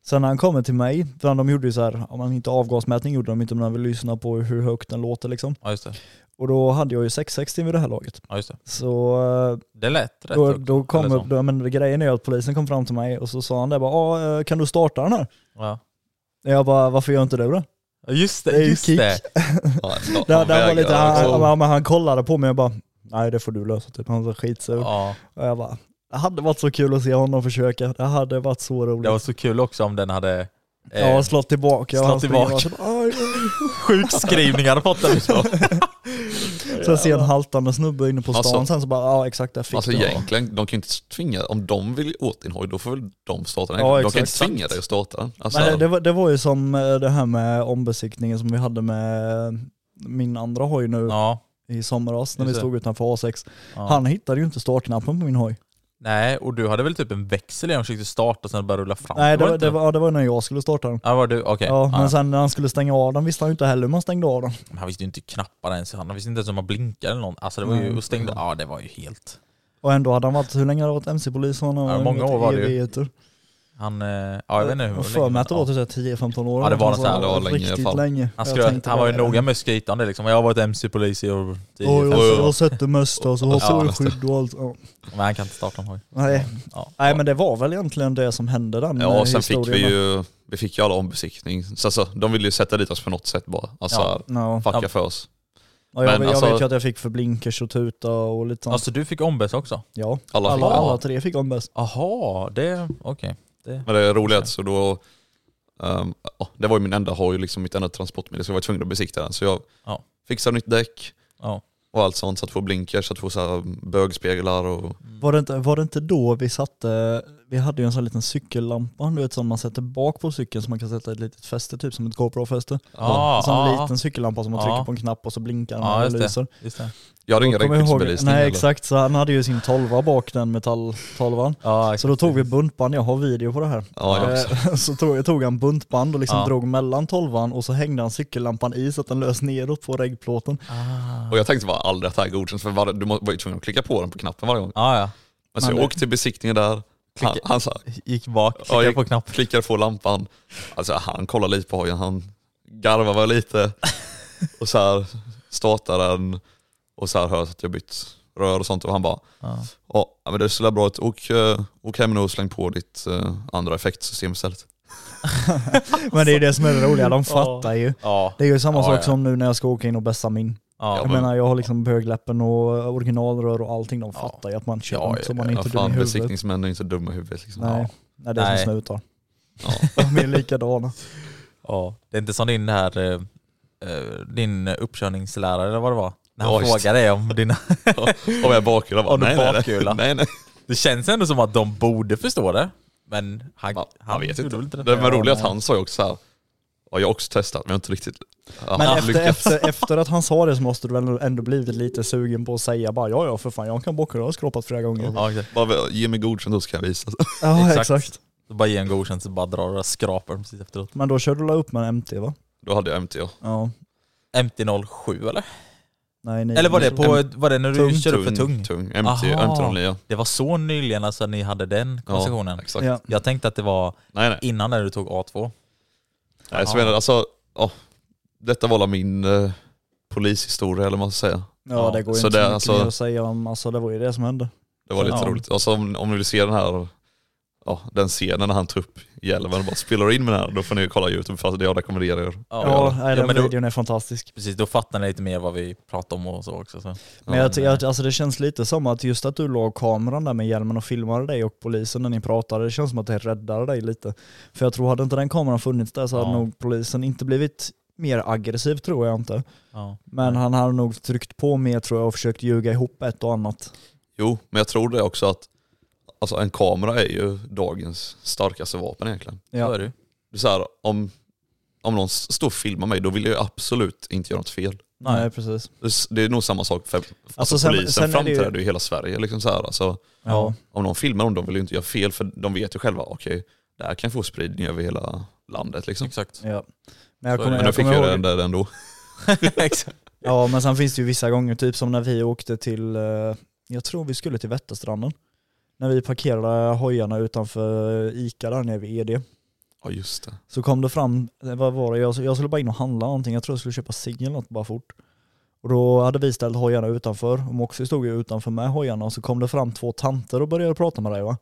Speaker 2: Sen när han kommer till mig, för de gjorde ju så här, om man inte avgasmätning gjorde de inte, men de ville lyssna på hur högt den låter liksom.
Speaker 3: ja, just det.
Speaker 2: Och då hade jag ju 660 vid det här laget.
Speaker 3: Ja, just det.
Speaker 2: Så eh,
Speaker 3: Det lät rätt
Speaker 2: Då,
Speaker 3: högt,
Speaker 2: då kom
Speaker 3: eller så.
Speaker 2: upp, då, men grejen är ju att polisen kom fram till mig och så sa han det bara, "Ja, eh, kan du starta den här?
Speaker 3: Ja.
Speaker 2: Jag bara, varför gör inte du det?
Speaker 3: Ja, Just
Speaker 2: Det är
Speaker 3: det,
Speaker 2: ju
Speaker 3: just
Speaker 2: kick.
Speaker 3: det.
Speaker 1: Ah, Ja,
Speaker 2: Där,
Speaker 1: han
Speaker 2: där
Speaker 1: vägrade,
Speaker 2: var lite, han,
Speaker 1: liksom.
Speaker 3: alltså-
Speaker 2: han, han, han kollade på mig och bara, nej det får du lösa typ, han var skitsur.
Speaker 3: Ja.
Speaker 2: Och jag bara, det hade varit så kul att se honom försöka, det hade varit så roligt.
Speaker 3: Det var så kul också om den hade eh,
Speaker 2: Jag har slått tillbaka. och
Speaker 3: slått
Speaker 2: han springer
Speaker 3: tillbaka.
Speaker 2: och bara, "Aj, aj."
Speaker 3: sjukskrivningar och fått den. liksom.
Speaker 2: Sen ser en haltande snubbe inne på stan,
Speaker 1: Alltså-
Speaker 2: sen så bara, ja exakt där fick
Speaker 1: Alltså
Speaker 2: du.
Speaker 1: egentligen, de kan ju inte tvinga, om de vill åt din hoj då får väl de starta den.
Speaker 2: Ja,
Speaker 1: de kan
Speaker 2: exakt.
Speaker 1: inte tvinga dig att starta den. Alltså,
Speaker 2: Men det, det, var, det var ju som eh, det här med ombesiktningen som vi hade med min andra hoj nu.
Speaker 3: Ja,
Speaker 2: i somras när vi
Speaker 3: Just det.
Speaker 2: stod utanför A6.
Speaker 3: Ja.
Speaker 2: Han hittade ju inte startknappen på min hoj.
Speaker 3: Nej, och du hade väl typ en växel i den och försökte starta och sen började rulla fram?
Speaker 2: Nej, det, var-
Speaker 3: inte
Speaker 2: det, var, ja, det var när jag skulle starta den.
Speaker 3: Ja, var du? Okej.
Speaker 2: Ja,
Speaker 3: Ja,
Speaker 2: men sen när han skulle stänga av den visste han ju inte heller hur man stängde av den.
Speaker 3: Men Han visste ju inte knapparna ens, han visste inte ens om man blinkade eller något. Alltså det var ju,
Speaker 2: Nej.
Speaker 3: och stängde, ja det var ju helt...
Speaker 2: Och ändå hade han varit, hur länge hade han varit MC-polis? Han har
Speaker 3: Ja, många år var det ju.
Speaker 2: evigheter.
Speaker 3: Han, eh, ja jag vet inte hur
Speaker 2: Jag har för mig att det var
Speaker 3: ja.
Speaker 2: typ så här 10-15 år.
Speaker 3: Ja, det var
Speaker 2: Alltså,
Speaker 3: något sånt här,
Speaker 1: det var länge i alla
Speaker 2: riktigt
Speaker 1: fall.
Speaker 2: länge. Jag
Speaker 3: han, skröt,
Speaker 2: tänkte
Speaker 3: han
Speaker 2: bara,
Speaker 3: var ju
Speaker 2: är
Speaker 3: noga
Speaker 2: den-
Speaker 3: med att skryta om det liksom. Jag har varit MC-polis i år 10
Speaker 2: Oj, oj,
Speaker 3: 15
Speaker 1: oj.
Speaker 2: oj,
Speaker 3: år.
Speaker 2: och sätter mössa och så har
Speaker 3: Ja.
Speaker 2: solskydd och allt. Ja.
Speaker 3: Men han kan inte starta en hoj.
Speaker 2: Nej.
Speaker 3: Ja.
Speaker 2: Nej men det var väl egentligen det som hände den
Speaker 1: Ja,
Speaker 2: eh,
Speaker 1: och sen fick
Speaker 2: historien.
Speaker 1: vi ju, vi fick ju alla ombesiktning. Så alltså, de ville ju sätta dit oss på något sätt bara. Alltså,
Speaker 3: Ja.
Speaker 2: Ja.
Speaker 1: fucka
Speaker 3: Ja.
Speaker 1: för oss.
Speaker 2: Ja, jag,
Speaker 1: men
Speaker 2: vet- jag
Speaker 1: alltså-
Speaker 2: vet ju att jag fick för blinkers och tuta och lite sånt.
Speaker 3: Alltså du fick ombes också?
Speaker 2: ja,
Speaker 1: Alla,
Speaker 2: alla,
Speaker 1: fick det.
Speaker 2: alla tre fick ombes.
Speaker 3: Aha, det, okej.
Speaker 1: Men det roliga är att så då, ehm, ja, det var ju min enda hoj, liksom mitt enda transportmedel, så jag var tvungen att besikta den. Så jag
Speaker 3: Ja.
Speaker 1: fixade nytt däck
Speaker 3: Ja.
Speaker 1: och allt sånt, satt på blinkers, satt på så här bögspeglar och
Speaker 2: Var det, inte, var det inte då vi satte, vi hade ju en sån här liten cykellampa du vet som man sätter bak på cykeln så man kan sätta ett litet fäste, typ som ett GoPro-fäste.
Speaker 3: Ja,
Speaker 2: en sån
Speaker 3: ja,
Speaker 2: liten cykellampa som man
Speaker 3: Ja.
Speaker 2: trycker på en knapp och så blinkar den
Speaker 3: Ja,
Speaker 2: och
Speaker 3: just det.
Speaker 2: lyser.
Speaker 3: just det.
Speaker 1: Jag hade ingen
Speaker 2: Kommer jag ihåg-
Speaker 1: räckviddsbelysning
Speaker 2: Nej
Speaker 1: heller.
Speaker 2: exakt, så han hade ju sin tolva bak den metalltolvan.
Speaker 3: Ja,
Speaker 2: Så då tog vi buntband, jag har video på det här.
Speaker 1: Ja, jag också.
Speaker 2: Eh, så tog, jag tog han buntband och liksom
Speaker 3: Ja.
Speaker 2: drog mellan tolvan och så hängde han cykellampan i så att den lös neråt på regplåten.
Speaker 3: Ah.
Speaker 1: Och jag tänkte bara aldrig att det här är godkänt för var, du må- var ju tvungen att klicka på den på knappen varje gång.
Speaker 3: Ja, ja.
Speaker 1: Men så
Speaker 2: Men
Speaker 1: jag
Speaker 2: det-
Speaker 1: åkte till besiktningen där, han,
Speaker 3: Klicka-
Speaker 1: han så här,
Speaker 3: Gick bak, klickade
Speaker 1: Ja, gick-
Speaker 3: på knappen.
Speaker 1: klickade på lampan, alltså han kollade lite på hojen, han garvade väl lite och så här startade den och så här hör jag att jag bytt rör och sånt och han bara
Speaker 3: Ja.
Speaker 1: Ja, men det ser bra ut. Åk, eh, åk hem nu och släng på ditt eh, andra effektsystem istället.
Speaker 2: Men det är ju det som är det roliga, de fattar ju.
Speaker 3: Ja.
Speaker 2: Det är ju samma
Speaker 3: Ja,
Speaker 2: sak
Speaker 3: ja.
Speaker 2: som nu när jag ska åka in och bästa min.
Speaker 3: Ja.
Speaker 2: Jag menar jag har liksom bögläppen och originalrör och allting, de
Speaker 3: Ja.
Speaker 2: fattar ju att man kör
Speaker 3: Ja,
Speaker 2: dem så man är
Speaker 1: Ja,
Speaker 2: inte dum i
Speaker 1: fan,
Speaker 2: huvudet.
Speaker 1: besiktningsmännen är inte dumma i huvudet liksom.
Speaker 2: Nej. Nej det är
Speaker 3: Nej.
Speaker 2: som snutar.
Speaker 1: Ja.
Speaker 2: De är likadana.
Speaker 3: Ja, det är inte som din här, eh, eh, din uppkörningslärare eller vad det var. När han
Speaker 1: Ja, just det.
Speaker 3: frågade dig om dina...
Speaker 1: Ja. Om jag bakhjular bara,
Speaker 3: Om du
Speaker 1: nej, nej,
Speaker 3: bakhjular.
Speaker 1: nej, nej, nej.
Speaker 3: Det känns ändå som att de borde förstå det. Men han,
Speaker 1: Man,
Speaker 3: han
Speaker 1: vet
Speaker 3: gjorde
Speaker 1: inte.
Speaker 3: väl inte det.
Speaker 1: Det var roligt att
Speaker 2: nej.
Speaker 1: han sa ju också så här. Ja, jag har också testat men jag har inte riktigt ja,
Speaker 2: Men efter,
Speaker 1: lyckats.
Speaker 2: efter, efter att han sa det så måste du väl ändå blivit lite sugen på att säga bara ja ja för fan jag kan bocka, jag har skrapat flera gånger.
Speaker 3: Ja, exakt.
Speaker 1: Bara, ge mig godkänt då ska jag visa.
Speaker 2: Ja
Speaker 3: Exakt.
Speaker 2: exakt.
Speaker 3: Så bara ge en godkänt så bara drar du och skrapar dem precis efteråt.
Speaker 2: Men då körde du la upp med en MT va?
Speaker 1: Då hade jag MT ja.
Speaker 2: Ja.
Speaker 3: MT-07 eller?
Speaker 2: Nej, nej,
Speaker 3: Eller var det, på, var det när du
Speaker 2: Tung,
Speaker 3: körde upp för tung?
Speaker 1: Tung. MT,
Speaker 3: Aha.
Speaker 1: MT nya.
Speaker 3: Det var så nyligen alltså ni hade den konversationen?
Speaker 1: Exakt.
Speaker 2: Ja.
Speaker 3: Jag tänkte att det var
Speaker 1: Nej nej.
Speaker 3: innan när du tog A2.
Speaker 1: nej så
Speaker 3: Ja.
Speaker 1: menar, alltså, ja, detta var alla min eh, polishistoria eller vad man ska säga.
Speaker 2: ja det går ju
Speaker 1: Så
Speaker 2: inte
Speaker 1: det,
Speaker 2: så mycket
Speaker 1: alltså-
Speaker 2: mer att säga om, alltså det var ju det som hände.
Speaker 1: Det var lite
Speaker 3: Ja.
Speaker 1: roligt. Alltså, om, om ni vill se den här ja, den scenen när han tar upp hjälmen och bara spelar in med den här, då får ni kolla YouTube för det jag rekommenderar er.
Speaker 3: Ja,
Speaker 2: Ja, nej, den
Speaker 3: men då,
Speaker 2: videon är fantastisk.
Speaker 3: precis, då fattade ni lite mer vad vi pratade om och så också. Så.
Speaker 2: Men
Speaker 1: Ja.
Speaker 2: jag, ty- jag, alltså det känns lite som att just att du låg kameran där med hjälmen och filmade dig och polisen när ni pratade, det känns som att det räddade dig lite. För jag tror hade inte den kameran funnits där så hade
Speaker 3: Ja.
Speaker 2: nog polisen inte blivit mer aggressiv tror jag inte.
Speaker 3: Ja.
Speaker 2: Men han hade nog tryckt på mer tror jag och försökt ljuga ihop ett och annat.
Speaker 1: Jo, men jag tror det också att alltså, en kamera är ju dagens starkaste vapen egentligen.
Speaker 3: Så
Speaker 2: Ja.
Speaker 3: är det ju.
Speaker 1: Det är så här, om, om någon s- står och filmar mig, då vill jag ju absolut inte göra något fel.
Speaker 2: Nej,
Speaker 3: Nej.
Speaker 2: precis.
Speaker 1: Det s- Det är nog samma sak för alltså,
Speaker 2: sen-
Speaker 1: polisen
Speaker 2: sen är det ju-
Speaker 1: framträder ju i hela Sverige. Liksom så här, alltså,
Speaker 2: Ja.
Speaker 1: om någon filmar dem, de vill ju inte göra fel för de vet ju själva, okej, det här kan få spridning över hela landet. Liksom.
Speaker 3: Exakt.
Speaker 2: ja. Men jag
Speaker 3: Så
Speaker 2: kommer,
Speaker 3: är det.
Speaker 1: Men då
Speaker 2: jag
Speaker 1: fick
Speaker 2: kommer
Speaker 1: jag den
Speaker 2: ihåg,
Speaker 1: där ändå.
Speaker 3: Exakt.
Speaker 2: Ja men sen finns det ju vissa gånger, typ som när vi åkte till, eh, jag tror vi skulle till Vätterstranden. När vi parkerade hojarna utanför Ica där nere vid E ED.
Speaker 1: Ja just det.
Speaker 2: Så kom det fram, eh, vad var det, jag, jag skulle bara in och handla någonting, jag tror jag skulle köpa cigg eller något bara fort. Och då hade vi ställt hojarna utanför, och Moxie stod ju utanför med hojarna och så kom det fram två tanter och började prata med dig va?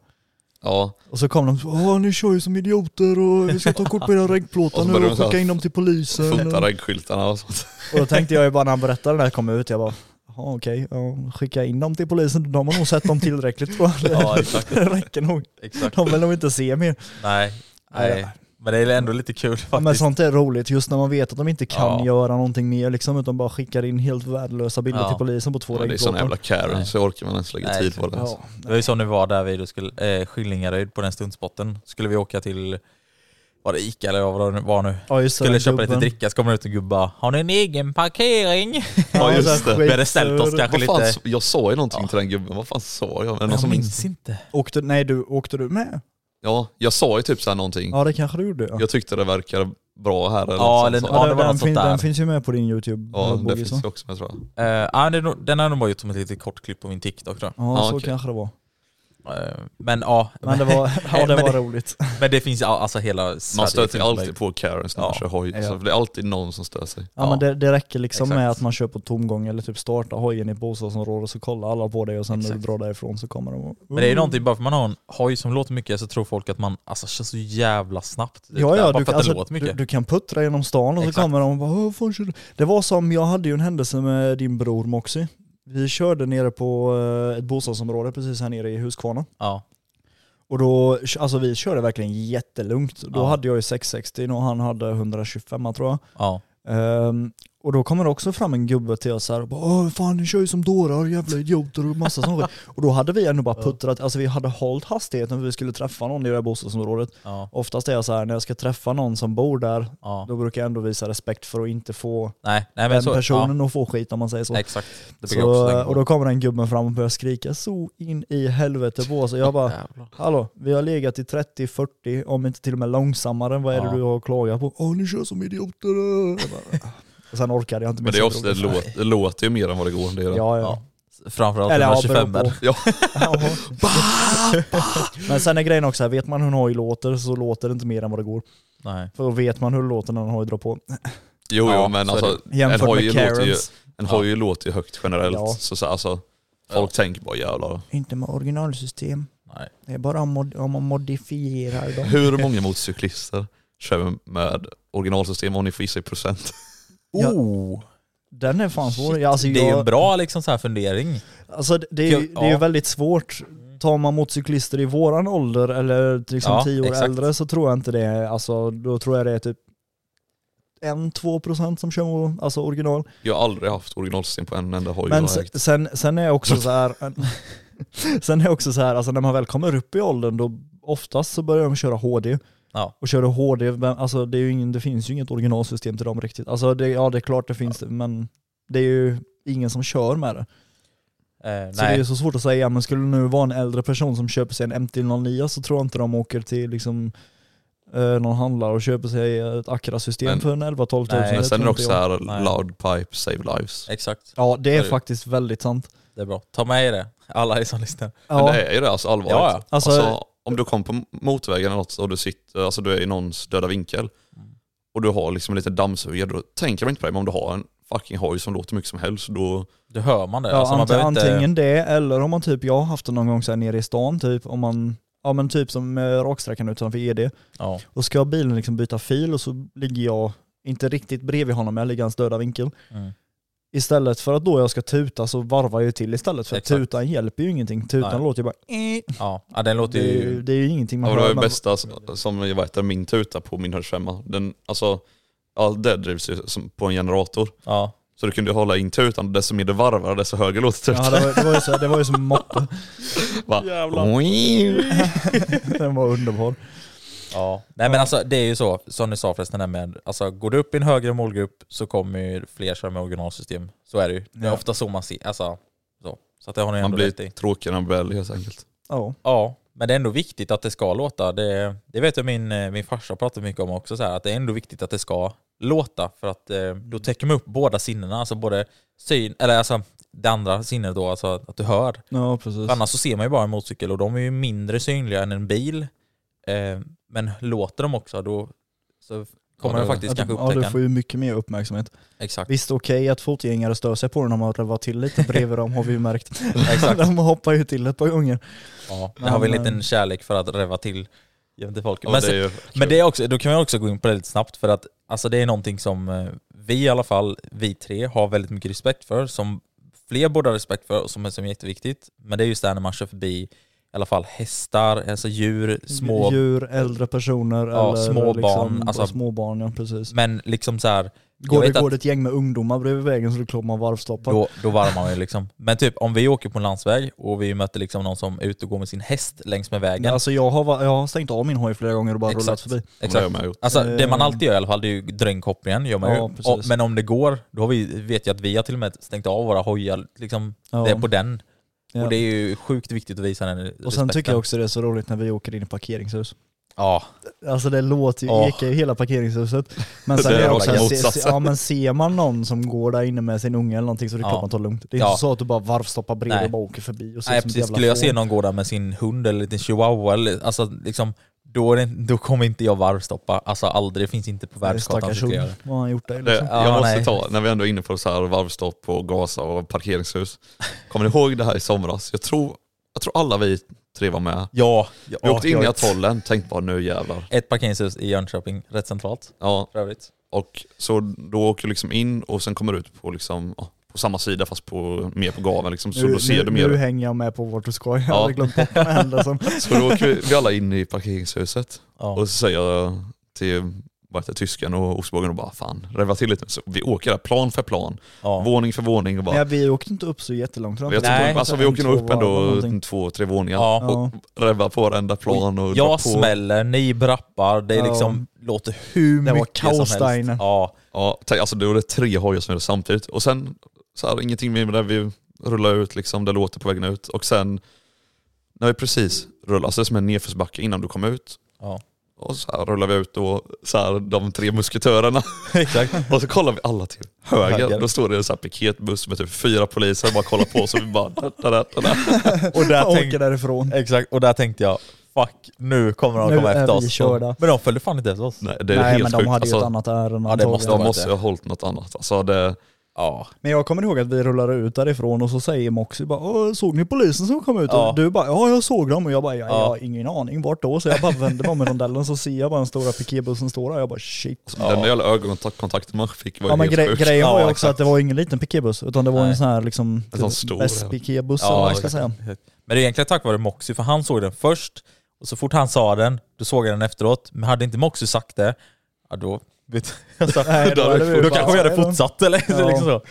Speaker 1: Ja,
Speaker 2: Och så kom de så, Åh, ni kör ju som idioter och vi ska ta kort på era
Speaker 1: Och
Speaker 2: regplåtar
Speaker 1: så
Speaker 2: nu
Speaker 1: började
Speaker 2: och
Speaker 1: de så
Speaker 2: skicka
Speaker 1: här-
Speaker 2: in dem till polisen.
Speaker 1: Fota regskyltarna och sånt.
Speaker 2: Och då tänkte jag ju bara när han berättade det när jag kom ut, jag bara Jaha okej, ja, skicka in dem till polisen, de har nog sett dem tillräckligt tror jag.
Speaker 3: Ja, exakt.
Speaker 2: Det räcker nog.
Speaker 3: Exakt.
Speaker 2: De vill nog inte se mer.
Speaker 3: Nej. Nej.
Speaker 2: Nej.
Speaker 3: Men det är ändå lite kul
Speaker 2: Ja, men
Speaker 3: faktiskt.
Speaker 2: sånt är roligt, just när man vet att de inte kan
Speaker 3: Ja.
Speaker 2: göra någonting mer liksom, utan bara skickar in helt värdelösa bilder
Speaker 3: Ja.
Speaker 2: till polisen på två
Speaker 1: Men det är såna
Speaker 2: regnplåtar.
Speaker 1: jävla Karen
Speaker 3: Nej.
Speaker 1: så orkar man ens lägga
Speaker 3: Nej,
Speaker 1: tid på det.
Speaker 3: alltså.
Speaker 2: Ja.
Speaker 3: Det var ju som när vi var där vid då skulle, eh, Skillingaryd på den stundspotten. skulle vi åka till var det Ica eller vad det var nu,
Speaker 2: Ja just det,
Speaker 3: skulle
Speaker 2: den
Speaker 3: köpa lite
Speaker 2: gubben.
Speaker 3: dricka så kommer det ut en gubbe bara, har ni en egen parkering?
Speaker 1: Ja, just
Speaker 2: så här
Speaker 1: det.
Speaker 2: skit-
Speaker 1: Vi
Speaker 3: Vi hade ställt oss kanske
Speaker 1: Vad fan,
Speaker 3: lite...
Speaker 1: s- jag sa ju någonting
Speaker 3: Ja.
Speaker 1: till den gubben, vad fan sa jag? Är det någon
Speaker 3: Jag
Speaker 1: som
Speaker 3: minns inte.
Speaker 2: Åkte, nej du, åkte du
Speaker 3: Mm.
Speaker 2: med?
Speaker 1: Ja, jag sa ju typ såhär någonting.
Speaker 2: Ja det kanske du gjorde ja.
Speaker 1: Jag tyckte det verkade bra här eller
Speaker 3: Ja,
Speaker 1: något sånt
Speaker 3: eller-
Speaker 1: sa.
Speaker 3: ja, det
Speaker 2: den,
Speaker 3: var något
Speaker 2: den,
Speaker 3: sånt
Speaker 2: fin,
Speaker 3: där.
Speaker 2: den finns ju med på din youtube
Speaker 1: ja,
Speaker 2: eh,
Speaker 1: det
Speaker 2: Boogie,
Speaker 1: finns
Speaker 2: så.
Speaker 1: ju också med tror jag.
Speaker 3: Uh, ja, det är nog- den har nog bara gjort som ett litet kort klipp på min TikTok tror jag.
Speaker 2: Ja,
Speaker 1: Ja,
Speaker 2: så
Speaker 1: okej.
Speaker 2: kanske det var.
Speaker 3: Eh, men ja,
Speaker 2: Men det var, ja, det
Speaker 3: Men
Speaker 2: var
Speaker 3: det-
Speaker 2: roligt.
Speaker 3: men det finns all- alltså hela Sverige.
Speaker 1: Man stöter
Speaker 3: finns
Speaker 1: ju alltid
Speaker 3: på-
Speaker 1: på Karens när man
Speaker 3: Ja.
Speaker 1: kör hoj.
Speaker 2: Ja.
Speaker 1: Så det är alltid någon som stör sig.
Speaker 2: Ja, men det, det räcker liksom med
Speaker 3: Exakt.
Speaker 2: att man kör på tomgång eller typ startar hojen i ett bostadsområde så kollar alla på dig och sen när du
Speaker 3: Exakt.
Speaker 2: drar därifrån så kommer de och,
Speaker 3: Men det är ju någonting, bara för man har en hoj som låter mycket så tror folk att man alltså, kör så jävla snabbt. typ,
Speaker 2: Ja,
Speaker 3: där,
Speaker 2: ja, du,
Speaker 3: bara för att det
Speaker 2: alltså,
Speaker 3: låter
Speaker 2: du,
Speaker 3: mycket.
Speaker 2: du kan puttra genom stan och så
Speaker 3: Exakt.
Speaker 2: kommer de och bara "Åh, fan, kör du?" Det var som, jag hade ju en händelse med din bror Moxie. Vi körde nere på eh, ett bostadsområde precis här nere i Huskvarna.
Speaker 3: ja.
Speaker 2: Och då, alltså vi körde verkligen jättelugnt. Då
Speaker 3: Ja.
Speaker 2: hade jag ju 660 och han hade 125 tror jag.
Speaker 3: ja.
Speaker 2: Ehm, och då kommer det också fram en gubbe till oss här och bara Åh, fan ni kör ju som dårar, jävla idioter och massa sånt skit." Och då hade vi ändå bara puttrat, alltså vi hade hållit hastigheten för vi skulle träffa någon i det här bostadsområdet.
Speaker 3: Ja,
Speaker 2: Oftast är jag så här när jag ska träffa någon som bor där,
Speaker 3: ja.
Speaker 2: då brukar jag ändå visa respekt för att inte få
Speaker 3: Nej, nej men
Speaker 2: den
Speaker 3: så.
Speaker 2: personen att få skit om man säger så.
Speaker 3: Ja, exakt. Det brukar jag också
Speaker 2: så
Speaker 3: tänka på.
Speaker 2: och då kommer den gubben fram och börjar skrika så in i helvete på oss. Och jag bara
Speaker 3: Jävlar.
Speaker 2: Hallå, vi har legat i 30-40, om inte till och med långsammare. Vad är det
Speaker 3: Ja.
Speaker 2: du har att klaga på? Åh, ni kör som idioter! Jag bara, "Ah." Och sen orkade jag inte
Speaker 1: Men det, är också, det, låter, det låter ju mer än vad det går. Det är det.
Speaker 2: Ja, ja.
Speaker 3: Ja. Framförallt
Speaker 2: Eller ja,
Speaker 3: 125
Speaker 2: beror på.
Speaker 1: Ja.
Speaker 2: Jaha. Men sen är grejen också, här, vet man hur en hoj låter så låter det inte mer än vad det går.
Speaker 3: Nej.
Speaker 2: För då vet man hur det låter när en hoj drar på.
Speaker 1: Jo, jo
Speaker 3: Ja,
Speaker 1: men
Speaker 3: så är det.
Speaker 1: alltså, en
Speaker 2: Jämfört
Speaker 1: hoj
Speaker 2: med
Speaker 1: låter ju,
Speaker 2: Karens.
Speaker 1: en hoj låter ju högt generellt.
Speaker 2: Ja.
Speaker 1: Så, så, alltså, folk tänker bara jävlar.
Speaker 2: Inte med originalsystem.
Speaker 3: Nej.
Speaker 2: Det är bara om, mod- om man modifierar dem.
Speaker 1: Hur många motorcyklister kör med originalsystem om ni får gissa i procent?
Speaker 2: Ja.
Speaker 3: Oh,
Speaker 2: Den är fan svår.
Speaker 3: shit.
Speaker 2: Ja, Alltså,
Speaker 3: det är ju en
Speaker 2: jag,
Speaker 3: bra liksom, så här fundering.
Speaker 2: alltså, det, det är ju det är ju
Speaker 3: Ja.
Speaker 2: väldigt svårt. Tar man motcyklister i våran ålder eller till liksom
Speaker 3: Ja,
Speaker 2: tio år
Speaker 3: exakt.
Speaker 2: äldre så tror jag inte det är, alltså då tror jag det är typ 1-2% som kör mo- alltså original.
Speaker 1: Jag har aldrig haft originalsystem på en enda hoj. jag
Speaker 2: Men
Speaker 1: har
Speaker 2: sen,
Speaker 1: ägt.
Speaker 2: sen, sen är jag också så här sen är jag också så här, alltså när man väl kommer upp i åldern då oftast så börjar de köra HD.
Speaker 3: Ja.
Speaker 2: Och kör du HD, men alltså det, är ju ingen, det finns ju inget originalsystem till dem riktigt. Alltså det, ja det är klart det finns det, men det är ju ingen som kör med det.
Speaker 3: Eh,
Speaker 2: Så det är
Speaker 3: nej.
Speaker 2: ju så svårt att säga, men skulle det nu vara en äldre person som köper sig en MT-09 så tror jag inte de åker till liksom, eh, någon handlare och köper sig ett Acra-system
Speaker 1: Men-
Speaker 2: för en 11-12 000.
Speaker 3: Nej,
Speaker 1: Men sen är
Speaker 2: det
Speaker 1: det
Speaker 2: tror inte
Speaker 1: också
Speaker 2: jag.
Speaker 1: här,
Speaker 3: Nej.
Speaker 1: loud pipe save lives.
Speaker 3: Exakt.
Speaker 2: Ja det är
Speaker 1: Nej.
Speaker 2: faktiskt väldigt sant.
Speaker 3: Det är bra. Ta med er det, alla ni som lyssnar.
Speaker 1: Men
Speaker 2: Ja,
Speaker 1: det är ju det alltså allvarligt.
Speaker 3: Ja, ja.
Speaker 2: alltså,
Speaker 1: Alltså, om du kommer på motorvägen eller något och du, sitter, alltså, du är i någons döda vinkel
Speaker 2: Mm.
Speaker 1: och du har liksom en liten dammsugare, då tänker man inte på det. Men om du har en fucking hoj som låter mycket som helst, då...
Speaker 3: Då hör man det.
Speaker 2: ja,
Speaker 3: alltså, man
Speaker 2: ante-
Speaker 3: behöver inte...
Speaker 2: antingen det eller om man typ, jag har haft det någon gång så här nere i stan typ, om man, ja men typ som eh, raksträckan utanför ED.
Speaker 3: Ja.
Speaker 2: Och ska bilen liksom byta fil och så ligger jag, inte riktigt bredvid honom, men jag ligger i hans döda vinkel.
Speaker 3: Mm.
Speaker 2: istället för att då jag ska tuta så varvar jag ju till istället för att
Speaker 3: Exakt.
Speaker 2: tutan hjälper ju ingenting. Tutan
Speaker 3: Nej.
Speaker 2: låter ju bara
Speaker 3: Ja. ja, den låter
Speaker 2: det, är
Speaker 3: ju...
Speaker 2: ju, det är ju ingenting man
Speaker 1: Ja, det var
Speaker 2: hör.
Speaker 1: det
Speaker 2: men-
Speaker 1: bästa som- som jag vet, är min tuta på min 125. Den, alltså, allt det drivs ju som på en generator.
Speaker 3: Ja.
Speaker 1: Så du kunde hålla in tutan och desto mer det varvar desto högre låter tutan.
Speaker 2: Ja, det, var, det, var ju så, det var ju som moppe.
Speaker 1: Va?
Speaker 3: Jävlar.
Speaker 2: Den var underbar.
Speaker 3: Ja. Nej men alltså det är ju så, som ni sa förresten där med, alltså går du upp i en högre målgrupp så kommer ju fler köra med originalsystem. Så är det ju. Det är
Speaker 2: Ja.
Speaker 3: ofta så man ser, alltså så. Så att det har ni
Speaker 1: Man
Speaker 3: ändå
Speaker 1: blir
Speaker 3: rätt i.
Speaker 1: tråkigare än Bell helt enkelt.
Speaker 2: Ja.
Speaker 3: Ja, men det är ändå viktigt att det ska låta. Det, det vet jag min, eh, min farsa pratar mycket om också, så här, att det är ändå viktigt att det ska låta för att eh, då täcker man upp båda sinnena, alltså både syn, eller alltså det andra sinnet då, alltså att du hör.
Speaker 2: ja, precis.
Speaker 3: För annars så ser man ju bara en motorcykel och de är ju mindre synliga än en bil. Eh, men låter de också då så kommer
Speaker 1: Ja,
Speaker 3: man
Speaker 1: det-
Speaker 3: faktiskt
Speaker 2: Ja, du,
Speaker 3: kanske
Speaker 2: ja, du
Speaker 3: upptäcka
Speaker 2: får
Speaker 3: den.
Speaker 2: ju mycket mer uppmärksamhet.
Speaker 3: Exakt.
Speaker 2: Visst okej att fotgängare stör sig på den om man rövar till lite bredvid dem har vi ju märkt.
Speaker 3: Exakt.
Speaker 2: De hoppar ju till ett par gånger.
Speaker 3: Ja, det har vi en
Speaker 2: Men,
Speaker 3: liten kärlek för att räva till jämte folk.
Speaker 1: Ja,
Speaker 3: Men
Speaker 1: det
Speaker 3: sen-
Speaker 1: är ju,
Speaker 3: Men det är också, då kan jag också gå in på det lite snabbt för att alltså det är någonting som eh, vi i alla fall, vi tre, har väldigt mycket respekt för, som fler borde ha respekt för och som är, som är jätteviktigt. Men det är just det här när man kör förbi i alla fall hästar, alltså djur, små,
Speaker 2: Djur, äldre personer
Speaker 3: Ja,
Speaker 2: eller
Speaker 3: små
Speaker 2: liksom,
Speaker 3: barn, alltså-
Speaker 2: små barn, ja precis.
Speaker 3: men liksom så här
Speaker 2: Går,
Speaker 3: vet
Speaker 2: det, går
Speaker 3: att-
Speaker 2: det ett gäng med ungdomar bredvid vägen så är det klart man varvstoppar.
Speaker 3: Då, då varvar man ju liksom. Men typ om vi åker på en landsväg och vi möter liksom någon som är ute och går med sin häst längs med vägen.
Speaker 2: Ja, alltså jag har, va- jag har stängt av min hoj flera gånger och bara rullat
Speaker 3: Exakt.
Speaker 2: förbi.
Speaker 1: Det har
Speaker 3: Exakt.
Speaker 1: jag med gjort.
Speaker 3: Alltså det man
Speaker 2: Eh.
Speaker 3: alltid gör i alla fall, det är ju dra in kopplingen. Gör man
Speaker 2: Ja,
Speaker 3: ju.
Speaker 2: precis.
Speaker 3: Och, men om det går, då har vi, vet jag att vi har till och med stängt av våra hojar. Liksom,
Speaker 2: Ja.
Speaker 3: Det är på den.
Speaker 2: Ja.
Speaker 3: Och det är ju sjukt viktigt att visa den
Speaker 2: Och sen tycker jag också det är så roligt när vi åker in i parkeringshus.
Speaker 3: Ja,
Speaker 2: Alltså det låter ju,
Speaker 3: Åh.
Speaker 2: ekar ju hela parkeringshuset. Men
Speaker 1: Det
Speaker 2: sen
Speaker 1: är
Speaker 2: är det
Speaker 1: raka
Speaker 2: också, se, se,
Speaker 1: motsatsen.
Speaker 2: ja, men ser man någon som går där inne med sin unge eller någonting så är det
Speaker 3: Ja.
Speaker 2: klart man tar det lugnt. Det är
Speaker 3: Ja.
Speaker 2: inte så att du bara varvstoppar bredvid
Speaker 3: Nej.
Speaker 2: och bara åker förbi och ser
Speaker 3: Nej,
Speaker 2: som ett
Speaker 3: precis.
Speaker 2: jävla
Speaker 3: Skulle jag se
Speaker 2: fån.
Speaker 3: någon gå där med sin hund eller en liten chihuahua, eller, alltså, liksom, då, är det, då kommer inte jag varvstoppa. Alltså aldrig, det finns inte på
Speaker 2: Nej,
Speaker 3: världskartan.
Speaker 2: Stackars
Speaker 3: skulle jag
Speaker 2: hund,
Speaker 3: göra.
Speaker 2: vad har han gjort där
Speaker 1: Det,
Speaker 2: liksom?
Speaker 3: Ja,
Speaker 1: jag måste
Speaker 3: nej.
Speaker 1: ta, när vi ändå är inne på så här varvstopp och Gaza och parkeringshus. Kommer ni ihåg det här i somras? Jag tror, jag tror alla vi tre var med.
Speaker 3: Ja, ja,
Speaker 1: Vi åkte in
Speaker 3: jag-
Speaker 1: i atollen, tänkte bara nu jävlar.
Speaker 3: Ett parkeringshus i Jönköping, rätt centralt
Speaker 1: Ja,
Speaker 3: för övrigt.
Speaker 1: och så då åker du liksom in och sen kommer du ut på, liksom, ja, på samma sida fast på, mer på gaveln liksom. Så då ser
Speaker 2: nu,
Speaker 1: du
Speaker 2: nu
Speaker 1: mer.
Speaker 2: hänger jag med på vart du ska, jag
Speaker 1: Ja.
Speaker 2: hade glömt bort den här händelsen.
Speaker 1: Så då åker vi, vi alla in i parkeringshuset.
Speaker 3: Ja.
Speaker 1: Och så säger jag till vad heter det, tysken och ostbågen och bara fan, räva till lite. Så vi åker där plan för plan,
Speaker 3: Ja.
Speaker 1: våning för våning och bara
Speaker 2: Men vi åkte inte upp så jättelångt. tror jag
Speaker 1: Jag
Speaker 2: inte.
Speaker 1: tror,
Speaker 3: Nej,
Speaker 1: alltså, vi
Speaker 2: en,
Speaker 1: åker nog
Speaker 2: två
Speaker 1: upp
Speaker 2: varv eller
Speaker 1: ändå
Speaker 2: någonting.
Speaker 1: två, tre våningar.
Speaker 3: Ja.
Speaker 2: Ja.
Speaker 1: Räva på varenda plan och dra
Speaker 3: Jag
Speaker 1: på.
Speaker 3: smäller, ni brappar, det är
Speaker 2: Ja.
Speaker 3: liksom låter hur
Speaker 2: Det var
Speaker 3: mycket som
Speaker 2: kaos
Speaker 3: helst.
Speaker 2: där inne.
Speaker 3: Ja,
Speaker 1: Ja, tänk, alltså det var det tre hojar som gjorde samtidigt. Och sen, så här, ingenting mer med det. Vi rullar ut liksom, det låter på vägen ut. Och sen, när vi precis rullar, alltså det är som en nedförsbacke innan du kom ut.
Speaker 3: Ja.
Speaker 1: Och så här rullar vi ut då, så här, de tre musketörerna.
Speaker 3: exakt.
Speaker 1: Och så kollar vi alla till höger.
Speaker 3: Höger.
Speaker 1: Då står det en så här piketbuss med typ fyra poliser och bara kollar på oss och vi bara... Da, da, da, da, da.
Speaker 3: Och där
Speaker 2: Jag
Speaker 3: tänkte,
Speaker 2: åker därifrån.
Speaker 3: exakt, och där tänkte jag, fuck, nu kommer de
Speaker 2: Nu
Speaker 3: komma
Speaker 2: är
Speaker 3: efter
Speaker 2: vi
Speaker 3: oss.
Speaker 2: körda.
Speaker 3: Men de följde fan inte efter oss.
Speaker 1: Nej, det är
Speaker 2: Nej
Speaker 1: helt
Speaker 2: men de
Speaker 1: sjukt.
Speaker 2: hade ju
Speaker 1: Alltså,
Speaker 2: ett annat ärende
Speaker 3: ja, det måste
Speaker 1: De
Speaker 2: antagligen.
Speaker 3: varit
Speaker 1: måste
Speaker 3: det.
Speaker 1: ju ha hållit något annat. Alltså det,
Speaker 3: Ja.
Speaker 2: Men jag kommer ihåg att vi rullade ut därifrån och så säger Moxie bara "Åh, såg ni polisen som kom ut?
Speaker 3: Ja.
Speaker 2: Och du bara ja jag såg dem och jag bara ja, jag
Speaker 3: Ja.
Speaker 2: har ingen aning vart då så jag bara vänder mig om i rondellen så ser jag bara den stora piketbussen stå där jag bara shit.
Speaker 1: Den där jävla ögonkontakten man fick var ju
Speaker 2: Ja men
Speaker 1: helt
Speaker 2: gre-
Speaker 1: sjuk.
Speaker 2: grejen var ju
Speaker 3: Ja,
Speaker 2: också
Speaker 3: exakt.
Speaker 2: att det var ingen liten piketbuss utan det var
Speaker 3: Nej.
Speaker 2: en sån här liksom
Speaker 1: En sån stor, ja.
Speaker 2: S-piketbuss eller vad man ska
Speaker 3: exakt.
Speaker 2: säga.
Speaker 3: Men det är egentligen tack vare Moxie, för han såg den först, och så fort han sa den, då såg jag den efteråt. Men hade inte Moxie sagt det, ja då... Vet, alltså,
Speaker 2: Nej,
Speaker 1: Där
Speaker 2: då hade
Speaker 1: är-
Speaker 2: vi
Speaker 1: då
Speaker 2: bara-
Speaker 3: då kanske vi hade fortsatt eller
Speaker 2: Ja.
Speaker 3: liksom så.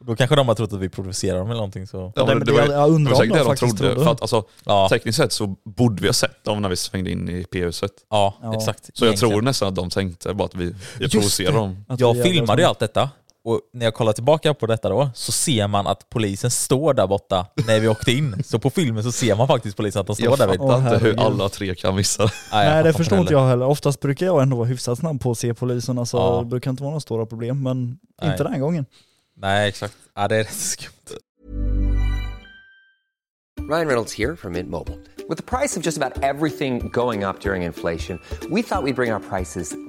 Speaker 3: Då kanske de har trott att vi provocerar dem eller någonting så.
Speaker 1: Ja,
Speaker 2: Nej,
Speaker 1: men
Speaker 2: men
Speaker 1: det
Speaker 2: det-
Speaker 1: var ju-
Speaker 2: jag undrar
Speaker 1: det var
Speaker 2: om
Speaker 1: säkert
Speaker 2: de
Speaker 1: det de
Speaker 2: faktiskt
Speaker 1: trodde.
Speaker 2: trodde.
Speaker 1: För att, alltså,
Speaker 3: Ja,
Speaker 1: tekniskt sett så borde vi ha sett dem när vi svängde in i P-huset.
Speaker 3: ja,
Speaker 2: Ja.
Speaker 3: exakt.
Speaker 1: Så jag
Speaker 3: Egentligen.
Speaker 1: tror nästan att de tänkte bara att vi, vi
Speaker 3: Just
Speaker 1: provocerade dem.
Speaker 2: Att vi
Speaker 3: Jag
Speaker 2: jävla-
Speaker 3: filmade ju allt detta, och när jag kollar tillbaka på detta då, så ser man att polisen står där borta när vi åkte in. Så på filmen så ser man faktiskt polisen att de står
Speaker 1: Jag
Speaker 3: där. Vid.
Speaker 1: fattar
Speaker 2: Åh,
Speaker 1: inte hur
Speaker 2: herregud.
Speaker 1: alla tre kan missa det.
Speaker 2: Nej det förstår inte jag heller. Oftast brukar jag ändå vara hyfsat snabb på att se polisen alltså
Speaker 3: Ja.
Speaker 2: det brukar inte vara några stora problem men
Speaker 3: Nej.
Speaker 2: inte den här gången.
Speaker 3: Nej, exakt. Ja, det är rätt skumt.
Speaker 4: Ryan Reynolds here from Mint Mobile. With the price of just about everything going up during inflation, we thought we'd bring our prices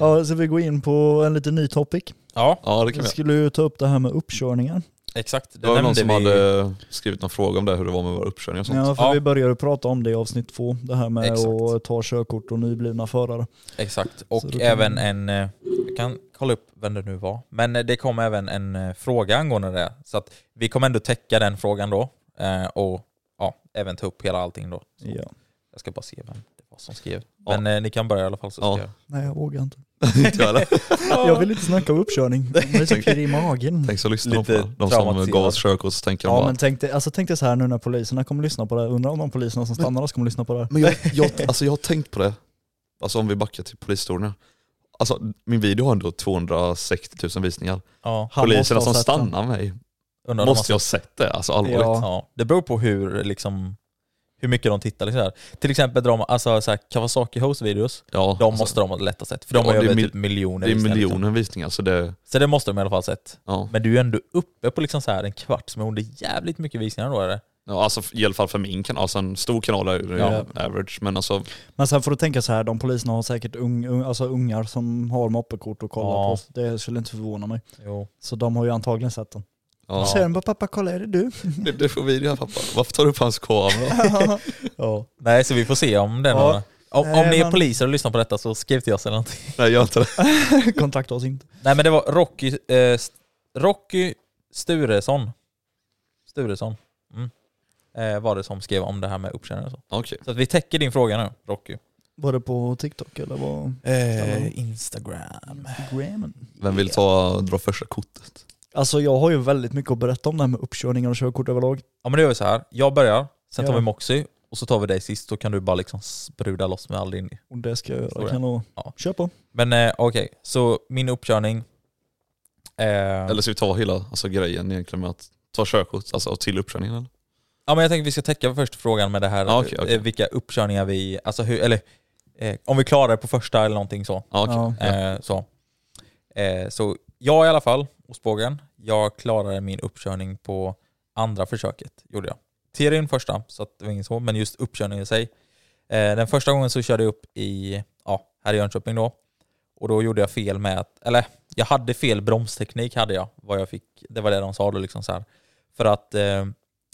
Speaker 2: Ja, så vi går in på en lite ny topic.
Speaker 3: Ja,
Speaker 1: Ja det kan
Speaker 2: Vi
Speaker 1: vi
Speaker 2: skulle ju ta upp det här med uppkörningar.
Speaker 3: exakt. Det,
Speaker 1: Det var väl någon
Speaker 3: nämnde
Speaker 1: som
Speaker 3: vi.
Speaker 1: hade skrivit någon fråga om det, hur det var med våra uppkörningar och sånt.
Speaker 2: Ja, för
Speaker 3: Ja.
Speaker 2: vi började prata om det i avsnitt två, det här med
Speaker 3: Exakt.
Speaker 2: att ta körkort och nyblivna förare.
Speaker 3: Exakt,
Speaker 2: Så
Speaker 3: och
Speaker 2: då kan
Speaker 3: även
Speaker 2: man-
Speaker 3: en... eh, Jag kan kolla upp vem det nu var. Men eh, det kom även en eh, fråga angående det. Så att vi kommer ändå täcka den frågan då. eh, Och ja, även ta upp hela allting då. Så
Speaker 2: Ja.
Speaker 3: Jag ska bara se vem det var som skrev.
Speaker 1: Ja.
Speaker 3: Men eh, ni kan börja i alla fall så
Speaker 1: Ja.
Speaker 3: ska jag...
Speaker 2: Nej jag vågar inte.
Speaker 1: Inte jag heller.
Speaker 2: Jag vill inte snacka om uppkörning, jag blir så pirr i magen.
Speaker 1: Tänk så lyssnar de på
Speaker 3: Lite
Speaker 1: det. De som
Speaker 3: traumatiserad.
Speaker 1: gav oss körkort så tänker de
Speaker 2: Ja
Speaker 1: bara
Speaker 2: men tänk dig, alltså tänk dig så här nu när poliserna kommer lyssna på det här, undrar om de poliserna som stannar oss kommer lyssna på det här.
Speaker 1: Men jag, jag, alltså jag har tänkt på det, alltså om vi backar till polishistorierna. Alltså min video har ändå 260 000 visningar.
Speaker 3: Ja,
Speaker 2: Han måste
Speaker 1: Poliserna
Speaker 2: ha
Speaker 1: som
Speaker 2: sett den.
Speaker 1: stannar mig,
Speaker 3: undrar om man
Speaker 1: måste jag ha sett det? Alltså allvarligt.
Speaker 2: Ja.
Speaker 3: Ja, det beror på hur, liksom, hur mycket de tittar. Liksom. Till exempel de, alltså, så här, Kawasaki Host videos,
Speaker 1: Ja,
Speaker 3: de
Speaker 1: alltså,
Speaker 3: måste de ha lätt ha sett. För de
Speaker 1: Ja,
Speaker 3: har ju
Speaker 1: det är
Speaker 3: över
Speaker 1: mil-
Speaker 3: typ miljoner.
Speaker 1: det är
Speaker 3: visningar, Liksom.
Speaker 1: miljoner visningar så det,
Speaker 3: Så det måste de i alla fall ha sett.
Speaker 1: ja.
Speaker 3: Men du är ändå uppe på liksom så här en kvarts miljon, det är jävligt mycket visningar då är det.
Speaker 1: ja alltså i alla fall för min kanal, alltså en stor kanal är ju
Speaker 3: Ja.
Speaker 1: average men alltså
Speaker 2: Men sen får du tänka så här, de poliserna har säkert ung, ung, alltså ungar som har moppekort och kollar
Speaker 3: Ja.
Speaker 2: på oss. Det skulle inte förvåna mig.
Speaker 3: Jo.
Speaker 2: Så de har ju antagligen sett den.
Speaker 1: Ja.
Speaker 2: Säger den bara pappa kolla är det du?
Speaker 1: Det, det får vi göra pappa. Varför tar du upp hans kamera?
Speaker 2: ja.
Speaker 3: Nej, så vi får se om det är
Speaker 2: Ja.
Speaker 3: några... Om, om
Speaker 2: Nej,
Speaker 3: ni är
Speaker 2: men-
Speaker 3: poliser och lyssnar på detta så skriv till oss eller någonting.
Speaker 1: Nej gör inte det.
Speaker 2: Kontakta oss inte.
Speaker 3: Nej men det var Rocky, eh, St- Rocky Sturesson. Sturesson. Mm. Eh, var det som skrev om det här med uppkänning och så.
Speaker 1: Okej.
Speaker 3: Så att vi täcker din fråga nu, Rocky.
Speaker 2: Var det på TikTok eller vad?
Speaker 3: Eh, Instagram.
Speaker 2: Grammen.
Speaker 1: Vem vill ta, dra första kortet?
Speaker 2: Alltså jag har ju väldigt mycket att berätta om det här med uppkörningar och körkort överlag.
Speaker 3: Ja men det gör vi så här. jag börjar, sen tar
Speaker 2: Ja.
Speaker 3: vi Moxie, och så tar vi dig sist, så kan du bara liksom spruda loss med all din...
Speaker 2: Och det ska jag
Speaker 3: Står det?
Speaker 2: göra, kan jag lova.
Speaker 3: Ja.
Speaker 2: Kör på.
Speaker 3: Men eh, okej, så min uppkörning... Eh,
Speaker 1: Eller ska vi ta hela alltså, grejen egentligen med att ta körkort alltså, till uppkörningen? Eller?
Speaker 3: Ja men jag tänker vi ska täcka först frågan med det här,
Speaker 1: Ja, okej, okej.
Speaker 3: eh, vilka uppkörningar vi... Alltså hur, eller eh, om vi klarar det på första eller någonting så.
Speaker 1: Ja, okej.
Speaker 2: Ja.
Speaker 3: Eh, så. Eh, så jag i alla fall, ostbågen, jag klarade min uppkörning på andra försöket. gjorde jag. Teorin första, så att det var ingen så, men just uppkörningen i sig. Eh, den första gången så körde jag upp i, ja, här i Jönköping då. Och då gjorde jag fel med att, eller jag hade fel bromsteknik hade jag. Vad jag fick, det var det de sa då liksom så här. För att eh,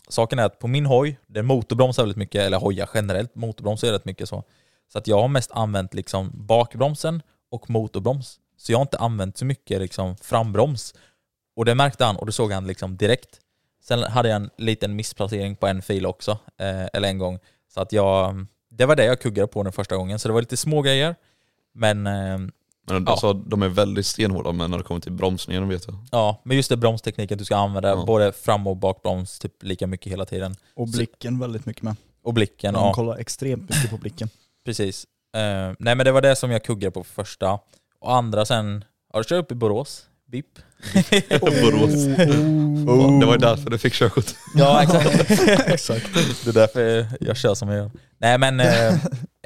Speaker 3: saken är att på min hoj, den motorbromsar väldigt mycket, eller hojar generellt, motorbromsar rätt mycket så. Så att jag har mest använt liksom bakbromsen och motorbroms. Så jag har inte använt så mycket liksom frambroms. Och det märkte han och det såg han liksom direkt. Sen hade jag en liten missplacering på en fil också, eh, eller en gång. Så att jag, det var det jag kuggade på den första gången. Så det var lite små grejer. Men, eh,
Speaker 1: Men,
Speaker 3: Ja.
Speaker 1: alltså, de är väldigt stenhårda men när det kommer till bromsningen vet jag.
Speaker 3: ja, men just det bromstekniken du ska använda,
Speaker 1: Ja.
Speaker 3: både fram och bakbroms typ lika mycket hela tiden.
Speaker 2: Och blicken väldigt mycket med.
Speaker 3: Och blicken.
Speaker 2: De
Speaker 3: ja.
Speaker 2: kollar extremt mycket på blicken.
Speaker 3: Precis. Eh, nej men det var det som jag kuggade på för första. Och andra sen, har du kört upp i Borås? BIP?
Speaker 1: Borås.
Speaker 2: Oh.
Speaker 1: Ja, Det var ju därför du fick körkort.
Speaker 3: Ja exakt.
Speaker 2: Exakt.
Speaker 3: det är därför jag kör som jag gör. Nej men, eh,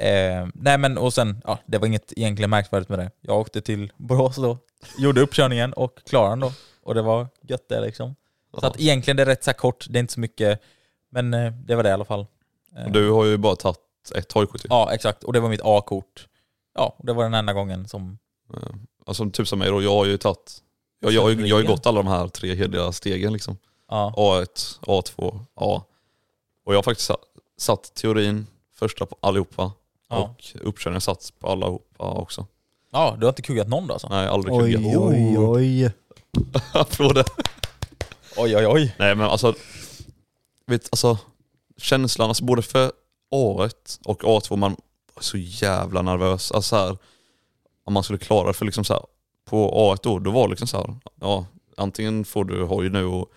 Speaker 3: eh, nej men och sen, ja det var inget egentligen märkvärdigt med det. Jag åkte till Borås då, gjorde uppkörningen och klarade den då. Och det var gött det liksom. Så att egentligen det är rätt så här kort, det är inte så mycket. Men eh, det var det i alla fall. Eh,
Speaker 1: Du har ju bara tagit ett hojkort. ju.
Speaker 3: Ja exakt, och det var mitt A-kort. Ja, och det var den enda gången som
Speaker 1: Alltså typ som mig då, jag har ju tagit, jag, jag, har ju- jag har ju gått alla de här tre heliga stegen liksom.
Speaker 3: ja,
Speaker 1: A1, A2, A. Och jag har faktiskt sa- satt teorin första på allihopa
Speaker 3: Ja.
Speaker 1: och uppkörningen satt på allihopa också.
Speaker 3: Ja, du har inte kuggat någon då alltså?
Speaker 1: Nej, aldrig kuggat.
Speaker 2: Oj, oj, oj.
Speaker 1: Applåder.
Speaker 3: Oj oj oj.
Speaker 1: Nej men alltså, vet, alltså känslan, alltså både för A1 och A2, man var så jävla nervös. Alltså så här, om man skulle klara det, för liksom så här, på A1 då, då var det liksom så här, ja antingen får du hoj nu och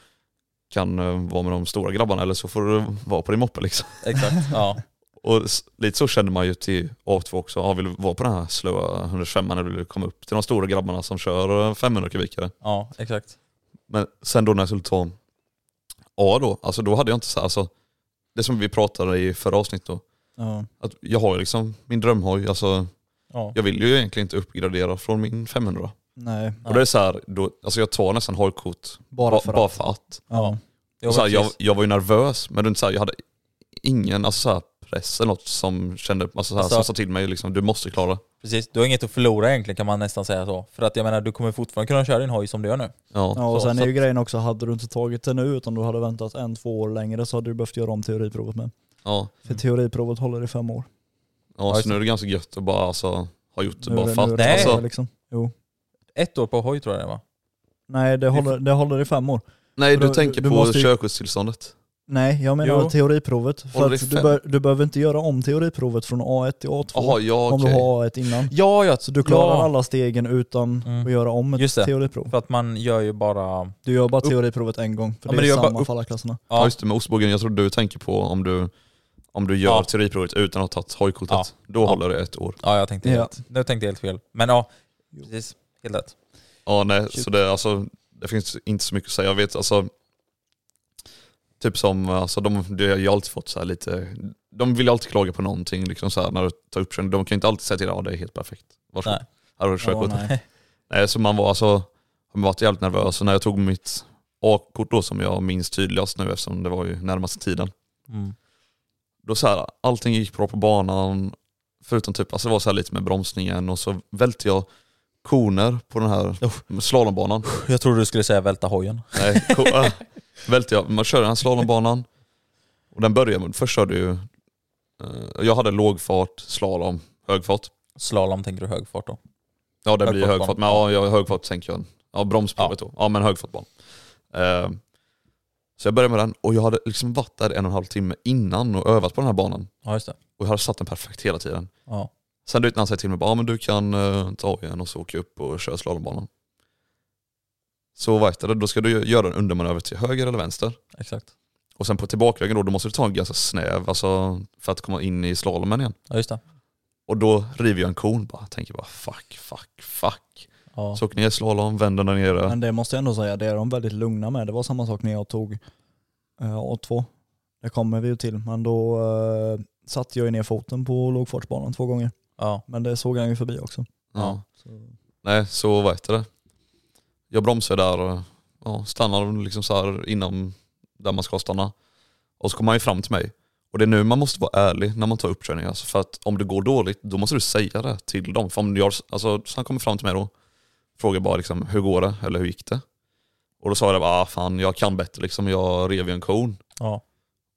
Speaker 1: kan eh, vara med de stora grabbarna eller så får du vara på din moppe liksom.
Speaker 3: Exakt, ja.
Speaker 1: Och s- lite så kände man ju till A2 också, ja vill vara på den här slöa 105 när vill komma upp till de stora grabbarna som kör eh, 500 kubikare.
Speaker 3: Ja, exakt.
Speaker 1: Men sen då när jag skulle ta A då, alltså då hade jag inte så här, alltså det som vi pratade i förra avsnittet då,
Speaker 2: Ja.
Speaker 1: att jag har ju liksom min drömhoj, alltså
Speaker 3: Ja.
Speaker 1: jag vill ju egentligen inte uppgradera från min 500.
Speaker 2: Nej,
Speaker 3: Nej.
Speaker 1: Och det är så här, då, alltså jag tar nästan hojkort
Speaker 2: bara
Speaker 1: ba-
Speaker 2: för
Speaker 1: bara
Speaker 2: att.
Speaker 1: för att.
Speaker 2: Ja.
Speaker 3: Jo,
Speaker 1: Och så här, jag,
Speaker 3: precis.
Speaker 1: jag var ju nervös men det är inte så här, jag hade ingen alltså så här, press eller något som kände, alltså så här,
Speaker 3: Alltså-
Speaker 1: som sa till mig liksom, du måste klara.
Speaker 3: Precis, du har inget att förlora egentligen kan man nästan säga så. För att jag menar, du kommer fortfarande kunna köra din hoj som du gör nu.
Speaker 1: Ja.
Speaker 2: Ja, och
Speaker 3: Så-
Speaker 2: sen
Speaker 3: så
Speaker 2: är ju
Speaker 3: att-
Speaker 2: grejen också, hade du inte tagit det nu utan du hade väntat en, två år längre så hade du behövt göra om teoriprovet med.
Speaker 1: Ja.
Speaker 2: För teoriprovet håller i fem år.
Speaker 1: Ja,
Speaker 3: just
Speaker 1: så nu är det ganska gött att bara alltså, ha gjort det
Speaker 2: Nu är
Speaker 1: bara
Speaker 2: det-
Speaker 1: för
Speaker 2: nu är
Speaker 1: att.
Speaker 2: det
Speaker 1: Alltså,
Speaker 2: över liksom. jo.
Speaker 3: Ett år på hoj tror jag det var.
Speaker 2: Nej, det
Speaker 1: Vi-
Speaker 2: håller, det håller i fem år.
Speaker 1: nej, du
Speaker 2: Du-
Speaker 1: tänker
Speaker 2: du
Speaker 1: på
Speaker 2: måste ju-
Speaker 1: körkortstillståndet.
Speaker 2: Nej, jag menar
Speaker 3: Jo.
Speaker 2: teoriprovet. För
Speaker 1: Håller i
Speaker 2: att
Speaker 1: fem.
Speaker 2: du, bör, du behöver inte göra om teoriprovet från A1 till A2
Speaker 1: Jaha, ja
Speaker 2: om
Speaker 1: okej.
Speaker 2: du har A1 innan.
Speaker 3: Ja, ja.
Speaker 2: Så du klarar
Speaker 3: ja.
Speaker 2: alla stegen utan
Speaker 3: Mm.
Speaker 2: att göra om ett
Speaker 3: Just det.
Speaker 2: teoriprov.
Speaker 3: För att man gör ju bara...
Speaker 2: Du gör bara
Speaker 3: Upp.
Speaker 2: teoriprovet en gång, för
Speaker 3: Ja,
Speaker 2: det
Speaker 3: men
Speaker 2: är
Speaker 3: du gör bara
Speaker 2: samma
Speaker 3: upp.
Speaker 2: för alla klasserna.
Speaker 1: Ja.
Speaker 3: Ja,
Speaker 1: just det, med ostbågen. Jag tror du tänker på om du, om du gör
Speaker 3: Ja.
Speaker 1: teoriprovet utan att ha tagit hojkortet.
Speaker 3: Ja.
Speaker 1: Då
Speaker 3: Ja.
Speaker 1: håller det ett år.
Speaker 3: ja jag tänkte
Speaker 2: Ja.
Speaker 3: helt... Nu tänkte jag helt fel. Men ja, precis. Helt rätt.
Speaker 1: Ja, nej, så det, alltså, det finns inte så mycket att säga. Jag vet alltså, typ som, alltså, de, det har jag alltid fått så här lite, de vill ju alltid klaga på någonting liksom så här, när du tar upp körning. De kan ju inte alltid säga till dig, ja det är helt perfekt. Varsågod.
Speaker 3: Nej.
Speaker 1: Här har du
Speaker 2: Ja,
Speaker 1: körkortet.
Speaker 2: nej.
Speaker 1: Nej, så man var alltså, man varit jävligt nervös. Och när jag tog mitt A-kort då som jag minns tydligast nu eftersom det var ju närmaste tiden.
Speaker 3: Mm.
Speaker 1: Då så här, allting gick bra på banan. Förutom typ, alltså det var så här lite med bromsningen och så välte jag koner på den här slalombanan.
Speaker 3: Jag trodde du skulle säga välta hojen.
Speaker 1: Nej, ko- äh, välte jag. Man kör den här slalombanan. Och den börjar med, först körde ju, eh, jag hade låg fart, slalom, hög fart.
Speaker 3: Slalom tänker du högfart då?
Speaker 1: Ja det blir
Speaker 3: Högfartsbana.
Speaker 1: högfart, men ja, jag, högfart sänker jag. Ja bromsprovet då. Ja men högfartbarn. Eh, så jag började med den och jag hade liksom varit där en och en halv timme innan och övat på den här banan.
Speaker 3: Ja just det.
Speaker 1: Och jag hade satt den perfekt hela tiden.
Speaker 3: Ja.
Speaker 1: Sen du vet när han säger till mig bara, ja men du kan eh, ta igen och så åka upp och köra slalombanan. Så vad heter det, då ska du gö- göra en undermanöver till höger eller vänster.
Speaker 3: Exakt.
Speaker 1: Och sen på tillbakavägen då, då måste du ta en ganska snäv, alltså för att komma in i slalomen igen.
Speaker 3: Ja just det.
Speaker 1: Och då river jag en kon bara, tänker bara fuck, fuck, fuck.
Speaker 3: Ja.
Speaker 1: Så åker ner i slalom, vänder där nere.
Speaker 2: Men det måste jag ändå säga, det är de väldigt lugna med. Det var samma sak när jag tog eh, A2. Det kommer vi ju till, men då eh, satte jag ju ner foten på lågfartsbanan två gånger.
Speaker 3: Ja.
Speaker 2: Men det såg han ju förbi också.
Speaker 1: Ja.
Speaker 2: Så.
Speaker 1: Nej, så vad heter det? Jag bromsar där och ja, stannar liksom så här inom där man ska stanna. Och så kommer han ju fram till mig. Och det är nu man måste vara ärlig när man tar uppkörning. Alltså för att om det går dåligt, då måste du säga det till dem. För om jag, alltså, så han kommer fram till mig då, frågar bara liksom, hur går det? Eller hur gick det? Och då sa jag bara, ah, fan jag kan bättre liksom, jag rev ju en kon.
Speaker 3: Ja.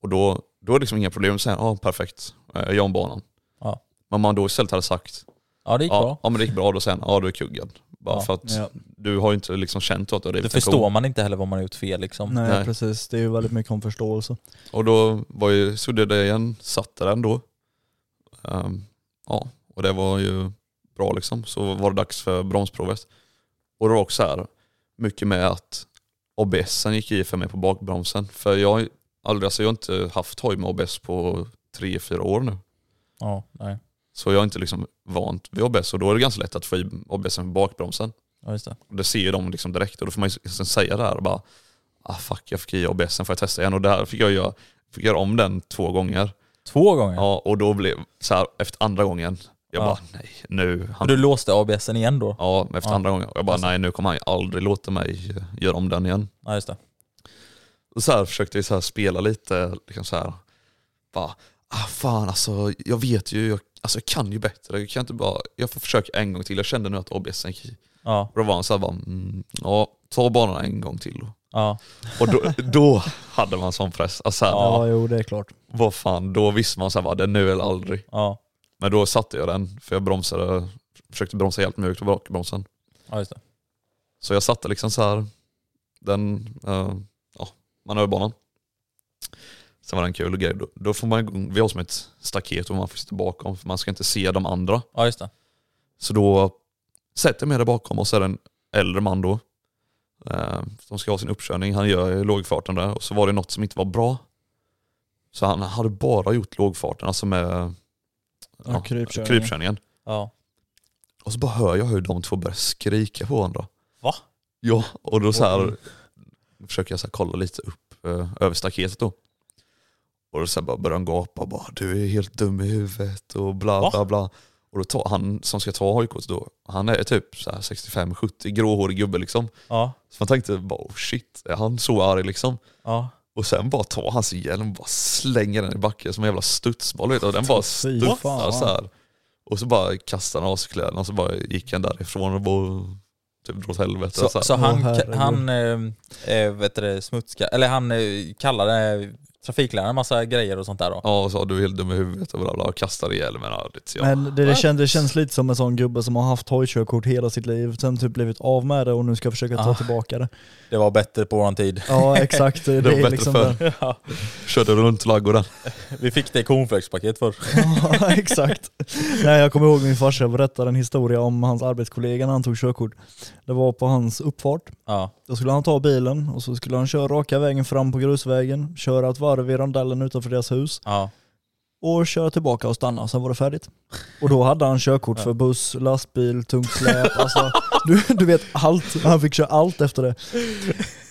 Speaker 1: Och då, då är det liksom inga problem, säger han, ah, perfekt, Eh, jag är om banan.
Speaker 3: Ja.
Speaker 1: Men om man då istället hade sagt,
Speaker 3: Ja det gick
Speaker 1: ja,
Speaker 3: bra.
Speaker 1: ja men det gick bra, då säger han, ja du är kuggad. Bara
Speaker 3: Ja.
Speaker 1: för att
Speaker 2: Ja.
Speaker 1: du har ju inte liksom känt att du har
Speaker 3: Då
Speaker 1: rivit en
Speaker 3: förstår
Speaker 1: kon.
Speaker 3: man inte heller vad man har gjort fel liksom.
Speaker 2: Nej,
Speaker 1: Nej.
Speaker 2: precis, det är ju väldigt mycket om förståelse.
Speaker 1: Och då var ju, så det igen, satte den då. Ehm, ja, och det var ju bra liksom. Så var det dags för bromsprovet. Och det var också så här, mycket med att ABSen gick i för mig på bakbromsen. För jag har ju aldrig, alltså jag har inte haft hoj med ABS på tre, fyra år nu.
Speaker 3: Ja, nej.
Speaker 1: Så jag är inte liksom vant vid ABS och då är det ganska lätt att få i ABSen på bakbromsen.
Speaker 3: Ja just det.
Speaker 1: Och det ser ju de liksom direkt och då får man ju sen säga det här och bara ah fuck jag fick i ABSen får jag testa igen och där fick jag göra, fick göra om den två
Speaker 3: Mm.
Speaker 1: gånger.
Speaker 3: Två gånger?
Speaker 1: Ja och då blev så här efter andra gången, jag
Speaker 3: Ja.
Speaker 1: bara nej nu.
Speaker 3: För
Speaker 1: Han,
Speaker 3: du låste ABSen igen då?
Speaker 1: ja men efter
Speaker 3: Ja.
Speaker 1: andra gången, jag bara nej nu kommer han ju aldrig låta mig göra om den igen.
Speaker 3: Ja just det.
Speaker 1: Och så här försökte jag så här spela lite, liksom så här bara ah fan alltså jag vet ju, jag, alltså jag kan ju bättre, jag kan inte bara, jag får försöka en gång till, jag kände nu att ABSen gick i.
Speaker 3: Ja.
Speaker 1: Och då var han så här bara mm, ja ta banan en gång till då.
Speaker 3: Ja.
Speaker 1: Och då, då hade man sån press. Alltså, här,
Speaker 2: Ja, jo det är klart.
Speaker 1: Vad fan, då visste man så här, bara, det är nu eller aldrig.
Speaker 3: Ja.
Speaker 1: Men då satte jag den, för jag bromsade, försökte bromsa helt mjukt på bakbromsen.
Speaker 3: Ja just det.
Speaker 1: Så jag satte liksom så här den eh, ja, manöverbanan. Sen var den kul grej. Då, då får man igång- vi har som ett staket och man får sitta bakom för man ska inte se de andra.
Speaker 3: Ja just det.
Speaker 1: Så då sätter jag mig där bakom och så är det en äldre man då eh, som ska ha sin uppkörning. Han gör ju lågfarten där och så var det något som inte var bra. Så han hade bara gjort lågfarten, alltså med
Speaker 2: Ja, krypkörningen.
Speaker 1: krypkörningen.
Speaker 3: Ja.
Speaker 1: Och så bara hör jag hur de två börjar skrika på varandra.
Speaker 3: Va?
Speaker 1: Ja, och då så här försöker jag så här kolla lite upp eh, över staketet då. Och då så här bara börjar han gapa och bara du är helt dum i huvudet och bla
Speaker 3: Va?
Speaker 1: bla bla. Och då tar han som ska ta hojkortet då, han är typ så här 65-70 gråhårig gubbe liksom.
Speaker 3: Ja.
Speaker 1: Så man tänkte bara oh shit, är han så arg liksom?
Speaker 3: Ja.
Speaker 1: Och sen bara tar hans hjälm och bara slänger den i backen som en jävla studsboll vet du. Och den bara
Speaker 2: Fy
Speaker 1: studsar
Speaker 2: fan.
Speaker 1: så här. Och så bara kastade han av sig kläderna och så bara gick han därifrån och bara typ dra åt helvete.
Speaker 3: Så,
Speaker 1: så här.
Speaker 3: så han,
Speaker 2: herregud.
Speaker 3: han eh, eh, vet du, det, smutska, eller han eh, kallade eh, trafikläraren en massa grejer och sånt där då?
Speaker 1: Ja, och så du är helt dum i huvudet och bla bla, och kastar ihjäl mig. Ja, det, ja.
Speaker 2: Men det, det, känns, det känns lite som en sån gubbe som har haft hojkörkort hela sitt liv, sen typ blivit av med det och nu ska försöka ta
Speaker 3: Ah.
Speaker 2: tillbaka det.
Speaker 3: Det var bättre på våran tid.
Speaker 2: Ja exakt, det,
Speaker 1: det var
Speaker 2: är
Speaker 1: bättre
Speaker 2: liksom
Speaker 1: förr.
Speaker 2: den.
Speaker 3: Ja.
Speaker 1: Körde runt ladugården.
Speaker 3: Vi fick det i cornflakespaket förr.
Speaker 2: Ja exakt. Nej jag kommer ihåg min farsa berättade en historia om hans arbetskollega när han tog körkort. Det var på hans uppfart.
Speaker 3: Ja.
Speaker 2: Då skulle han ta bilen och så skulle han köra raka vägen fram på grusvägen, köra ett varv i rondellen utanför deras hus
Speaker 3: Ja.
Speaker 2: och köra tillbaka och stanna. Sen var det färdigt. Och då hade han körkort för buss, lastbil, tungt släp, alltså du, du vet allt. Han fick köra allt efter det.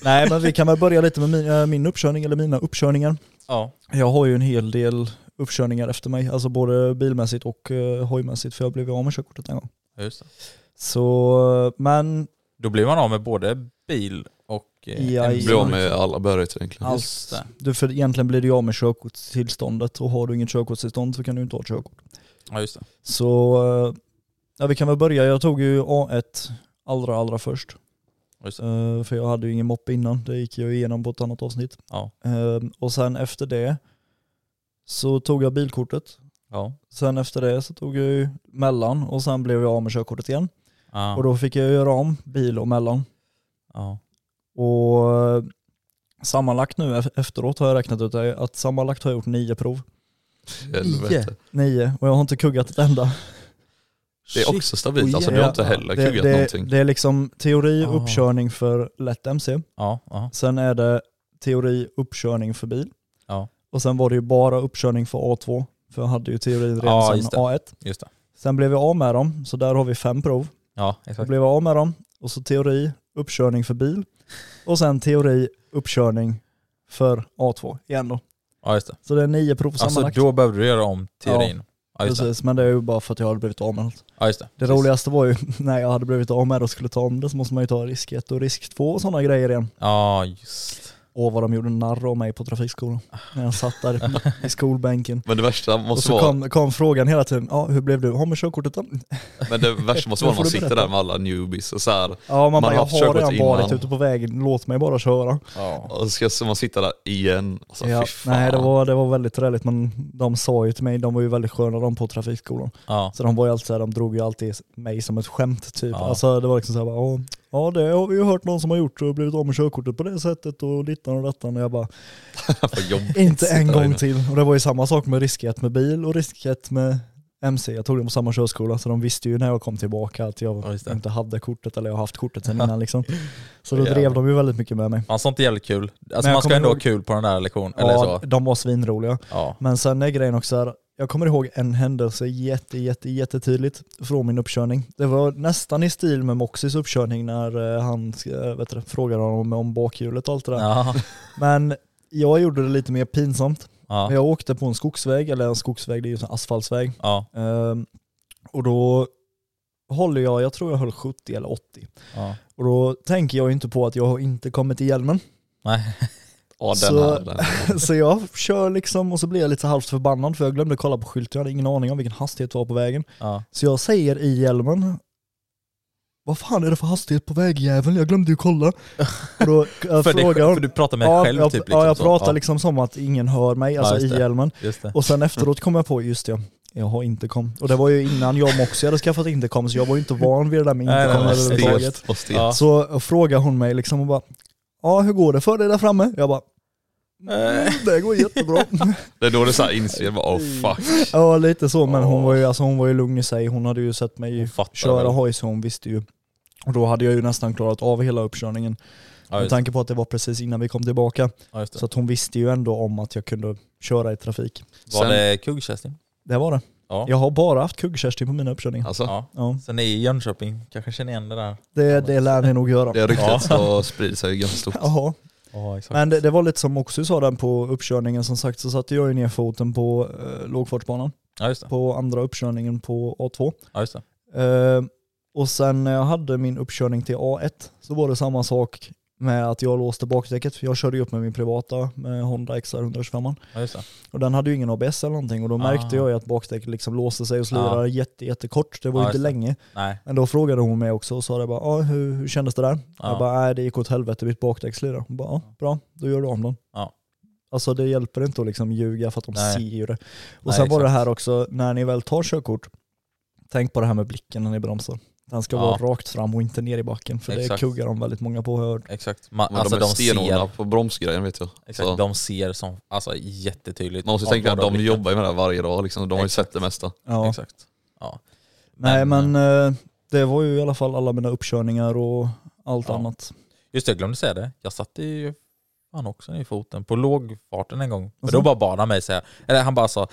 Speaker 2: Nej men vi kan väl börja lite med min, eh, min uppkörning, eller mina uppkörningar.
Speaker 3: Ja.
Speaker 2: Jag har ju en hel del uppkörningar efter mig, alltså både bilmässigt och uh, hojmässigt för jag blev av med körkortet en gång.
Speaker 3: Just det.
Speaker 2: Så, men
Speaker 3: Då blir man av med både bil och eh,
Speaker 2: Ja, Alltså,
Speaker 3: MC.
Speaker 1: Blev av med alla behörigheter egentligen.
Speaker 3: Just
Speaker 2: allt,
Speaker 3: det.
Speaker 2: du, för egentligen blir du av med körkortstillståndet och har du inget körkortstillstånd så kan du inte ha ett körkort.
Speaker 3: Ja, just det.
Speaker 2: Så eh, Ja vi kan väl börja, jag tog ju A1 allra allra först.
Speaker 3: Just det.
Speaker 2: Eh, för jag hade ju ingen moppe innan, det gick jag igenom på ett annat avsnitt.
Speaker 3: Ja.
Speaker 2: Eh, och sen efter det så tog jag bilkortet.
Speaker 3: Ja.
Speaker 2: Sen efter det så tog jag ju mellan och sen blev jag av med körkortet igen.
Speaker 3: Ja.
Speaker 2: Och då fick jag göra om bil och mellan.
Speaker 3: ja.
Speaker 2: Och eh, sammanlagt nu e- efteråt har jag räknat ut det, att sammanlagt har jag gjort nio prov.
Speaker 1: Helvete.
Speaker 2: Nio, och jag har inte kuggat ett enda.
Speaker 1: Det är
Speaker 3: Shit.
Speaker 1: också stabilt, alltså du
Speaker 2: Ja,
Speaker 1: har inte heller
Speaker 2: Oh, det,
Speaker 1: kuggat
Speaker 2: det,
Speaker 1: någonting.
Speaker 2: Det är liksom teori,
Speaker 3: Ah.
Speaker 2: uppkörning för lätt MC.
Speaker 3: Ja, ja.
Speaker 2: Sen är det teori, uppkörning för bil.
Speaker 3: Ja.
Speaker 2: Och sen var det ju bara uppkörning för A2, för jag hade ju teorin redan
Speaker 3: Ja,
Speaker 2: sen
Speaker 3: just det.
Speaker 2: A1.
Speaker 3: Just det.
Speaker 2: Sen blev jag av med dem, så där har vi fem prov.
Speaker 3: Ja,
Speaker 2: Jag
Speaker 3: exakt.
Speaker 2: blev av med dem, och så teori, uppkörning för bil. Och sen teori, uppkörning för A2 igen då.
Speaker 3: Ja, just det.
Speaker 2: Så det är nio prov
Speaker 3: Alltså
Speaker 2: sammanlagt.
Speaker 3: då behövde du göra om teorin. Ja, just det.
Speaker 2: Precis, men det är ju bara för att jag hade blivit av med allt.
Speaker 3: Ja, just det.
Speaker 2: Det
Speaker 3: Precis.
Speaker 2: roligaste var ju när jag hade blivit av med det och skulle ta om det så måste man ju ta risk 1 och risk 2 och sådana grejer igen.
Speaker 3: Ja, just.
Speaker 2: Åh vad de gjorde narr av mig på trafikskolan. När jag satt där i skolbänken.
Speaker 1: Men det värsta
Speaker 2: Och
Speaker 1: måste
Speaker 2: så
Speaker 1: vara,
Speaker 2: kom, kom frågan hela tiden, ja hur blev du? Har med körkortet då?
Speaker 1: men det värsta måste
Speaker 2: Nu
Speaker 1: vara när
Speaker 2: får
Speaker 1: man
Speaker 2: du
Speaker 1: sitter
Speaker 2: berätta.
Speaker 1: där med alla newbies och så här.
Speaker 2: Ja man
Speaker 1: Man
Speaker 2: bara,
Speaker 1: har
Speaker 2: jag
Speaker 1: haft
Speaker 2: har
Speaker 1: körkort
Speaker 2: redan varit
Speaker 1: innan.
Speaker 2: ute på vägen, låt mig bara köra.
Speaker 3: Ja.
Speaker 1: Och så ska så man sitta där igen. Alltså,
Speaker 2: Ja,
Speaker 1: fy fan.
Speaker 2: nej det var, det var väldigt träligt men de sa ju till mig, de var ju väldigt sköna de på trafikskolan.
Speaker 3: Ja.
Speaker 2: Så de var ju alltid såhär, de drog ju alltid mig som ett skämt typ.
Speaker 3: Ja.
Speaker 2: Alltså det var liksom såhär, bara, "Ja, ja det har vi ju hört någon som har gjort och blivit av med körkortet på det sättet och dittan och dattan. Och jag bara,
Speaker 1: Vad jobbigt.
Speaker 2: inte en
Speaker 1: Sitta där
Speaker 2: gång
Speaker 1: inne.
Speaker 2: till. Och det var ju samma sak med riskjet med bil och riskjet med MC. Jag tog dem på samma körskola så de visste ju när jag kom tillbaka att jag
Speaker 3: Ja, just det.
Speaker 2: inte hade kortet eller jag har haft kortet sedan innan liksom. Så då
Speaker 1: Jävlar.
Speaker 2: drev de ju väldigt mycket med mig.
Speaker 3: Man sånt är jävligt kul. Alltså
Speaker 2: jag
Speaker 3: man ska
Speaker 2: kommer
Speaker 3: ändå ha
Speaker 2: ihåg-
Speaker 3: kul på den där lektionen. Eller
Speaker 2: Ja,
Speaker 3: så.
Speaker 2: de var svinroliga.
Speaker 3: Ja.
Speaker 2: Men sen är grejen också här, jag kommer ihåg en händelse jätte, jätte, jättetydligt från min uppkörning. Det var nästan i stil med Moxys uppkörning när eh, han eh, vet du, frågade honom om bakhjulet och allt det där.
Speaker 3: Ja.
Speaker 2: Men jag gjorde det lite mer pinsamt.
Speaker 3: Ja.
Speaker 2: Jag åkte på en skogsväg, eller en skogsväg, det är ju en asfaltsväg.
Speaker 3: Ja.
Speaker 2: Ehm, och då håller jag, jag tror jag höll 70 eller 80.
Speaker 3: ja.
Speaker 2: Och då tänker jag ju inte på att jag har inte kommit i hjälmen.
Speaker 3: Nej.
Speaker 1: Ja, den
Speaker 2: Så-
Speaker 1: här, den.
Speaker 2: Så jag kör liksom och så blir jag lite halvt förbannad för jag glömde kolla på skylten, jag hade ingen aning om vilken hastighet det var på vägen.
Speaker 3: Ja.
Speaker 2: Så jag säger i hjälmen, vad fan är det för hastighet på vägjäveln? Jag glömde ju kolla. Och då jag
Speaker 3: För, dig,
Speaker 2: frågar
Speaker 3: själv-
Speaker 2: hon,
Speaker 3: för du pratar med dig
Speaker 2: ja,
Speaker 3: själv
Speaker 2: jag,
Speaker 3: typ. Liksom,
Speaker 2: ja, jag
Speaker 3: så.
Speaker 2: pratar
Speaker 3: ja.
Speaker 2: liksom som att ingen hör mig, alltså
Speaker 3: Ja, just
Speaker 2: i
Speaker 3: det.
Speaker 2: hjälmen.
Speaker 3: Just det.
Speaker 2: Och sen efteråt kom jag på, just det, jag har intercom. Och det var ju innan jag också hade skaffat intercom, så jag var ju inte van vid det där med
Speaker 3: Nej,
Speaker 2: intercom
Speaker 3: nej, nej.
Speaker 2: överhuvudtaget.
Speaker 1: Stelt och stelt.
Speaker 3: Ja.
Speaker 2: Så frågade hon mig liksom och bara, ja hur går det för dig där framme? Jag bara, "Mm, det går jättebra.
Speaker 1: Det är då det så här inser, bara, oh fuck.
Speaker 2: ja lite så, men hon var, ju, alltså, hon var ju lugn i sig. Hon hade ju sett
Speaker 3: Hon
Speaker 2: mig
Speaker 3: fattar
Speaker 2: köra
Speaker 3: väl.
Speaker 2: hoj så hon visste ju. Och då hade jag ju nästan klarat av hela uppkörningen.
Speaker 3: Ja,
Speaker 2: med
Speaker 3: just det.
Speaker 2: tanke på att det var precis innan vi kom tillbaka.
Speaker 3: Ja, just det.
Speaker 2: Så att hon visste ju ändå om att jag kunde köra i trafik.
Speaker 3: Var
Speaker 1: Sen-
Speaker 3: det kuggkästing?
Speaker 2: Det var det.
Speaker 3: Ja.
Speaker 2: Jag har bara haft kuggkärsting på mina uppkörningar.
Speaker 1: Alltså,
Speaker 3: Ja.
Speaker 2: Ja.
Speaker 3: Sen är i Jönköping, kanske känner igen det där.
Speaker 2: Det, det lär ni nog göra.
Speaker 1: det
Speaker 3: Ja.
Speaker 1: ryktet så sprider sig ganska stort.
Speaker 2: Jaha.
Speaker 3: Ja, exakt.
Speaker 2: Men det, det var lite som också sa den på uppkörningen, som sagt så satte jag ju ner foten på eh, lågfartsbanan
Speaker 3: Ja, just det.
Speaker 2: på andra uppkörningen på A2.
Speaker 3: Ja, just det.
Speaker 2: Eh, och sen när jag hade min uppkörning till A1 så var det samma sak med att jag låste bakdäcket, för jag körde ju upp med min privata med Honda XR125
Speaker 3: Ja, just det.
Speaker 2: och den hade ju ingen ABS eller någonting och då märkte
Speaker 3: Ah.
Speaker 2: jag ju att bakdäcket liksom låste sig och slirade
Speaker 3: Ah.
Speaker 2: jätte, jättekort, det var ju
Speaker 3: Ja,
Speaker 2: inte
Speaker 3: just det.
Speaker 2: länge.
Speaker 3: Nej.
Speaker 2: Men då frågade hon mig också och sa det bara, ah, hur, hur kändes det där?
Speaker 3: Ja.
Speaker 2: Jag bara, nej det gick åt helvete, mitt bakdäck slirade. Hon bara, ah, bra, då gör du om den.
Speaker 3: Ja.
Speaker 2: Alltså det hjälper inte att liksom ljuga för att de
Speaker 3: Nej.
Speaker 2: ser ju det. Och
Speaker 3: Nej,
Speaker 2: sen var det
Speaker 3: exakt.
Speaker 2: här också, när ni väl tar körkort, tänk på det här med blicken när ni bromsar. Den ska
Speaker 3: Ja.
Speaker 2: vara rakt fram och inte ner i backen, för
Speaker 3: Exakt.
Speaker 2: det kuggar de väldigt många på hör.
Speaker 3: Exakt. Man,
Speaker 1: Men
Speaker 3: alltså
Speaker 1: de är
Speaker 3: de,
Speaker 1: stenhårda
Speaker 3: ser,
Speaker 1: på bromsgrejen vet jag.
Speaker 3: exakt,
Speaker 1: Så
Speaker 3: de ser som, alltså jättetydligt.
Speaker 1: man måste
Speaker 3: Ja,
Speaker 1: tänka att
Speaker 3: båda
Speaker 1: de
Speaker 3: blickar.
Speaker 1: jobbar ju med det här varje dag, liksom. de har ju sett det mesta.
Speaker 2: Ja.
Speaker 3: Exakt. Ja.
Speaker 2: Nej men eh, det var ju i alla fall alla mina uppkörningar och allt
Speaker 3: Ja.
Speaker 2: annat.
Speaker 3: Just det, jag glömde säga det. Jag satte ju fan också i foten på lågfarten en gång. Men
Speaker 2: Alltså?
Speaker 3: då bara bad han mig säga, eller han bara sa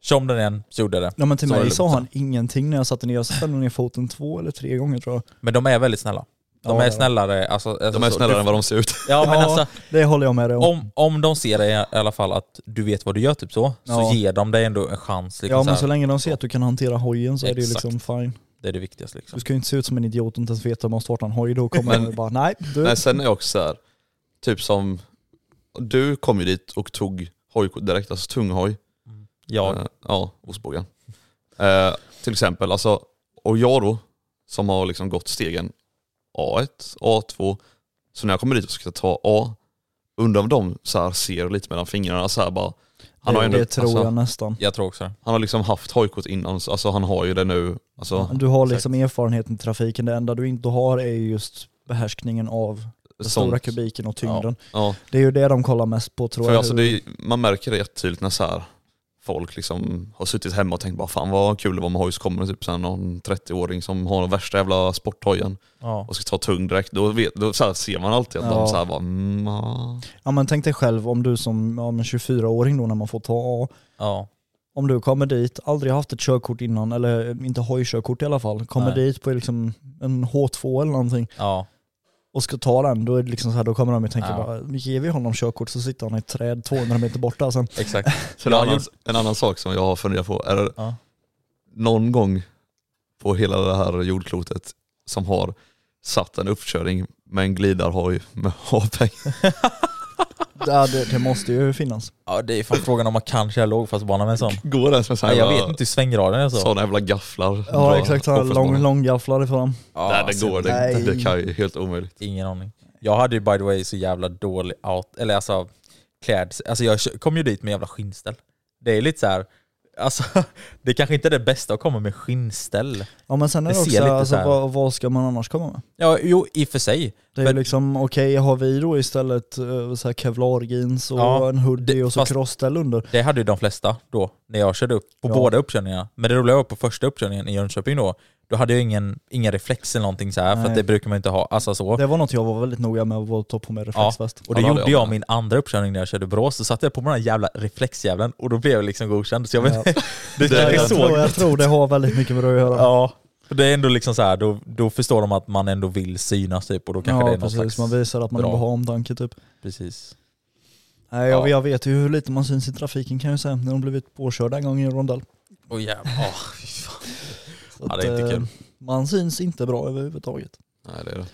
Speaker 3: Kör om den igen, så gjorde jag det.
Speaker 2: Ja men till
Speaker 3: Så var
Speaker 2: mig
Speaker 3: det
Speaker 2: sa
Speaker 3: lugnt.
Speaker 2: han ingenting när jag satte ner, jag satte nog ner foten två eller tre gånger tror jag.
Speaker 3: Men de är väldigt snälla. De
Speaker 2: Ja,
Speaker 3: är
Speaker 2: ja.
Speaker 3: snällare, alltså, alltså
Speaker 1: De är
Speaker 3: så-
Speaker 1: snällare
Speaker 3: du-
Speaker 1: än vad de ser ut.
Speaker 3: Ja men
Speaker 2: Ja.
Speaker 3: alltså,
Speaker 2: Det håller jag med dig om.
Speaker 3: om, om de ser dig i alla fall att du vet vad du gör typ så,
Speaker 2: Ja.
Speaker 3: så ger de dig ändå en chans. Liksom,
Speaker 2: Ja
Speaker 3: så här.
Speaker 2: men så länge de ser att du kan hantera hojen så är det ju
Speaker 3: Exakt.
Speaker 2: liksom fine.
Speaker 3: Det är det viktigaste liksom.
Speaker 2: Du ska ju inte se ut som en idiot och inte ens veta om man startar en hoj. Då kommer
Speaker 1: Men-
Speaker 2: de bara nej, du.
Speaker 1: Nej sen är jag också så här, typ som, du kom ju dit och tog hojkort direkt, alltså tunghoj.
Speaker 3: Jag,
Speaker 1: Eh, ja, ostbågen. Eh, till exempel, alltså, okej Och jag då, som har liksom gått stegen A1, A2, så när jag kommer dit och ska ta A, undrar om de så här ser lite mellan fingrarna så här bara. Han
Speaker 2: det,
Speaker 1: har, ändå,
Speaker 2: det tror
Speaker 1: alltså,
Speaker 2: jag nästan.
Speaker 3: Jag tror också det.
Speaker 1: han har liksom haft hojkort innan, så- alltså han har ju det nu. Alltså,
Speaker 2: Du har liksom erfarenheten i trafiken, det enda du inte har är ju just behärskningen av den stora
Speaker 1: sånt.
Speaker 2: kubiken och tyngden.
Speaker 1: Ja.
Speaker 2: Det är ju det de kollar mest på tror
Speaker 1: För
Speaker 2: jag.
Speaker 1: alltså
Speaker 2: hur-
Speaker 1: det, är- man märker det jättetydligt när så här folk liksom har suttit hemma och tänkt bara fan vad kul det var med hoj, så kommer det typ så här någon 30-åring som har den värsta jävla sporthojen
Speaker 3: Ja.
Speaker 1: och ska ta tung direkt. Då, vet, då så här ser man alltid att
Speaker 2: Ja.
Speaker 1: de så här bara mm, ja.
Speaker 2: Ja men tänk dig själv om du som ja, men 24-åring då när man får ta A,
Speaker 3: ja.
Speaker 2: om du kommer dit, aldrig haft ett körkort innan, eller inte hojkörkort i alla fall, kommer
Speaker 3: Nej.
Speaker 2: dit på liksom en H2 eller någonting
Speaker 3: ja.
Speaker 2: och ska ta den, då är det liksom så här, då kommer de ju tänka
Speaker 3: Ja.
Speaker 2: bara, ger vi honom körkort så sitter han i ett träd 200 meter borta sen.
Speaker 3: Exakt.
Speaker 1: Sen
Speaker 3: Jag
Speaker 1: en, annan,
Speaker 3: gjorde-
Speaker 1: en annan sak som jag har funderat på är
Speaker 3: Ja.
Speaker 1: någon gång på hela det här jordklotet som har satt en uppkörning med en glidarhoj med A-peng.
Speaker 2: Ja, det, det måste ju finnas.
Speaker 3: Ja, det är fan frågan om man kan köra lågfastbana med en sån.
Speaker 1: Går den som sån
Speaker 3: Ja,
Speaker 1: här
Speaker 3: jag
Speaker 1: jävla-
Speaker 3: vet inte hur svänggraden är så.
Speaker 1: sådana jävla gafflar.
Speaker 2: Ja exakt, så här lång, långgafflar ifrån.
Speaker 3: Ja,
Speaker 1: Nej det
Speaker 3: alltså,
Speaker 1: går det
Speaker 2: nej.
Speaker 1: inte, det kan ju helt omöjligt.
Speaker 3: Ingen aning. Jag hade ju by the way så jävla dålig out, eller alltså klädsel. Alltså jag kö- kom ju dit med jävla skinnställ. Det är lite så här. alltså det kanske inte är det bästa att komma med skinnställ.
Speaker 2: Ja men sen är
Speaker 3: Det
Speaker 2: det,
Speaker 3: ser
Speaker 2: också,
Speaker 3: lite
Speaker 2: alltså,
Speaker 3: så här-
Speaker 2: vad, vad ska man annars komma med?
Speaker 3: Ja, jo i och för sig.
Speaker 2: Det är
Speaker 3: Men-
Speaker 2: ju liksom, okej har vi då istället eh, så här kevlar jeans och
Speaker 3: Ja,
Speaker 2: en hoodie
Speaker 3: det-
Speaker 2: och så
Speaker 3: fast-
Speaker 2: crossställ under?
Speaker 3: Det hade ju de flesta då, när jag körde upp på
Speaker 2: Ja.
Speaker 3: båda uppkörningarna. Men det roliga var på första uppkörningen i Jönköping då, då hade jag ingen, ingen reflex eller någonting så här för
Speaker 2: Nej.
Speaker 3: att det brukar man inte ha. Alltså så.
Speaker 2: Det var något jag var väldigt noga med att ta på mig
Speaker 3: Ja,
Speaker 2: reflexväst.
Speaker 3: och det
Speaker 1: Ja, det hade
Speaker 3: gjorde
Speaker 1: jag
Speaker 3: jag
Speaker 1: med.
Speaker 3: min andra uppkörning när jag körde Borås, så satte jag på mig den här jävla reflexjäveln och då blev jag liksom godkänd. Så jag vet
Speaker 2: Ja.
Speaker 3: det,
Speaker 2: Ja,
Speaker 3: det
Speaker 2: jag,
Speaker 3: såg
Speaker 2: tror, jag tror det har väldigt mycket med det att göra.
Speaker 3: Ja. Det är ändå liksom så här, då, då förstår de att man ändå vill synas typ och då kanske
Speaker 2: Ja,
Speaker 3: det är någon
Speaker 2: precis,
Speaker 3: slags...
Speaker 2: man visar att man
Speaker 3: drag.
Speaker 2: ändå har omtanke typ.
Speaker 3: Precis.
Speaker 2: Nej, jag,
Speaker 3: Ja.
Speaker 2: jag vet ju hur lite man syns i trafiken kan jag säga, när de blivit påkörda en gång i en rondell.
Speaker 3: Åh jävlar, Åh, fy fan.
Speaker 2: Så
Speaker 3: Ja, det är
Speaker 2: att,
Speaker 3: inte
Speaker 2: eh,
Speaker 3: kul.
Speaker 2: Man syns inte bra överhuvudtaget.
Speaker 1: Nej det är det.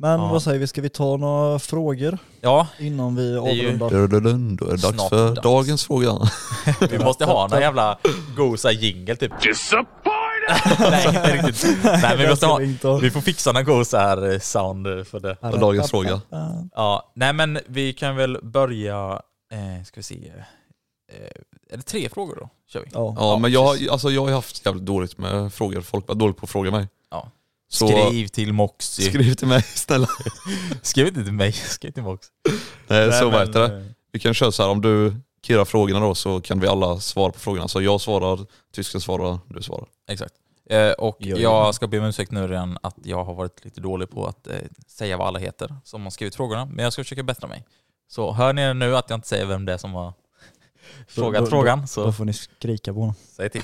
Speaker 2: Men
Speaker 3: Ja.
Speaker 2: vad säger vi, ska vi ta några frågor
Speaker 3: Ja,
Speaker 2: innan vi
Speaker 3: är ju-
Speaker 2: avrundar?
Speaker 1: Dun-dun-dun, Då är det dags
Speaker 3: Snart
Speaker 1: för
Speaker 3: dags.
Speaker 1: dagens fråga.
Speaker 3: vi måste ha någon jävla god så här jingle typ. Nej, inte riktigt. Nej, men vi,
Speaker 2: Den
Speaker 3: måste
Speaker 2: ska
Speaker 3: ha,
Speaker 2: vi inte ha.
Speaker 3: vi får fixa någon god så här eh, sound eh, för det.
Speaker 1: Och dagens fråga.
Speaker 3: Ja, nej men vi kan väl börja, eh, ska vi se. Eh, är det tre frågor då? Kör vi.
Speaker 2: Ja.
Speaker 1: Ja men jag,
Speaker 3: precis.
Speaker 1: har- alltså, jag har ju haft jävligt dåligt med frågor, folk var dåligt på att fråga mig.
Speaker 3: Ja.
Speaker 1: Så skriv,
Speaker 3: Skriv till Moxie. Skriv.
Speaker 1: till mig snälla.
Speaker 3: inte till mig, skriv till Moxie.
Speaker 1: Nej, så
Speaker 3: men,
Speaker 1: vad heter
Speaker 3: eh,
Speaker 1: det? Vi kan köra så här, om du kirrar frågorna då så kan vi alla svara på frågorna. Så jag svarar, tysken svarar, du svarar.
Speaker 3: Exakt. Eh, och
Speaker 2: Jo, jo.
Speaker 3: jag ska be om ursäkt nu redan att jag har varit lite dålig på att eh, säga vad alla heter som har skrivit frågorna. Men jag ska försöka bättra mig. Så hör ni nu att jag inte säger vem det är som har frågat
Speaker 2: Då- då-
Speaker 3: frågan
Speaker 2: Då
Speaker 3: så
Speaker 2: får ni skrika på honom.
Speaker 3: säg till.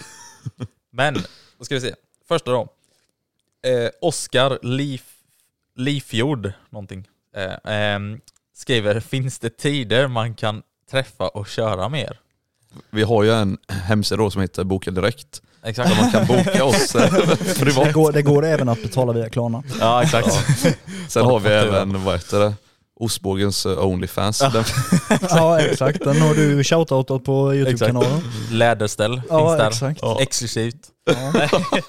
Speaker 3: Men, då ska vi se. Första då. Eh, Oskar Lif, Lifjord någonting eh, ehm, skriver Finns det tider man kan träffa och köra mer?
Speaker 1: Vi har ju en hemsida då som heter Boka Direkt.
Speaker 3: Exakt.
Speaker 1: Man kan boka oss eh,
Speaker 2: Det
Speaker 1: privat.
Speaker 2: går, det går även att betala via Klarna.
Speaker 3: Ja, exakt.
Speaker 1: Sen har vi
Speaker 3: Faktura.
Speaker 1: även, vad heter det? Ostbågens eh, Onlyfans. Den
Speaker 2: ja exakt, den har du shoutoutat på YouTube-kanalen.
Speaker 3: Läderställ finns
Speaker 2: Ja,
Speaker 3: där.
Speaker 2: exakt.
Speaker 3: Ja. Exklusivt.
Speaker 2: Ja.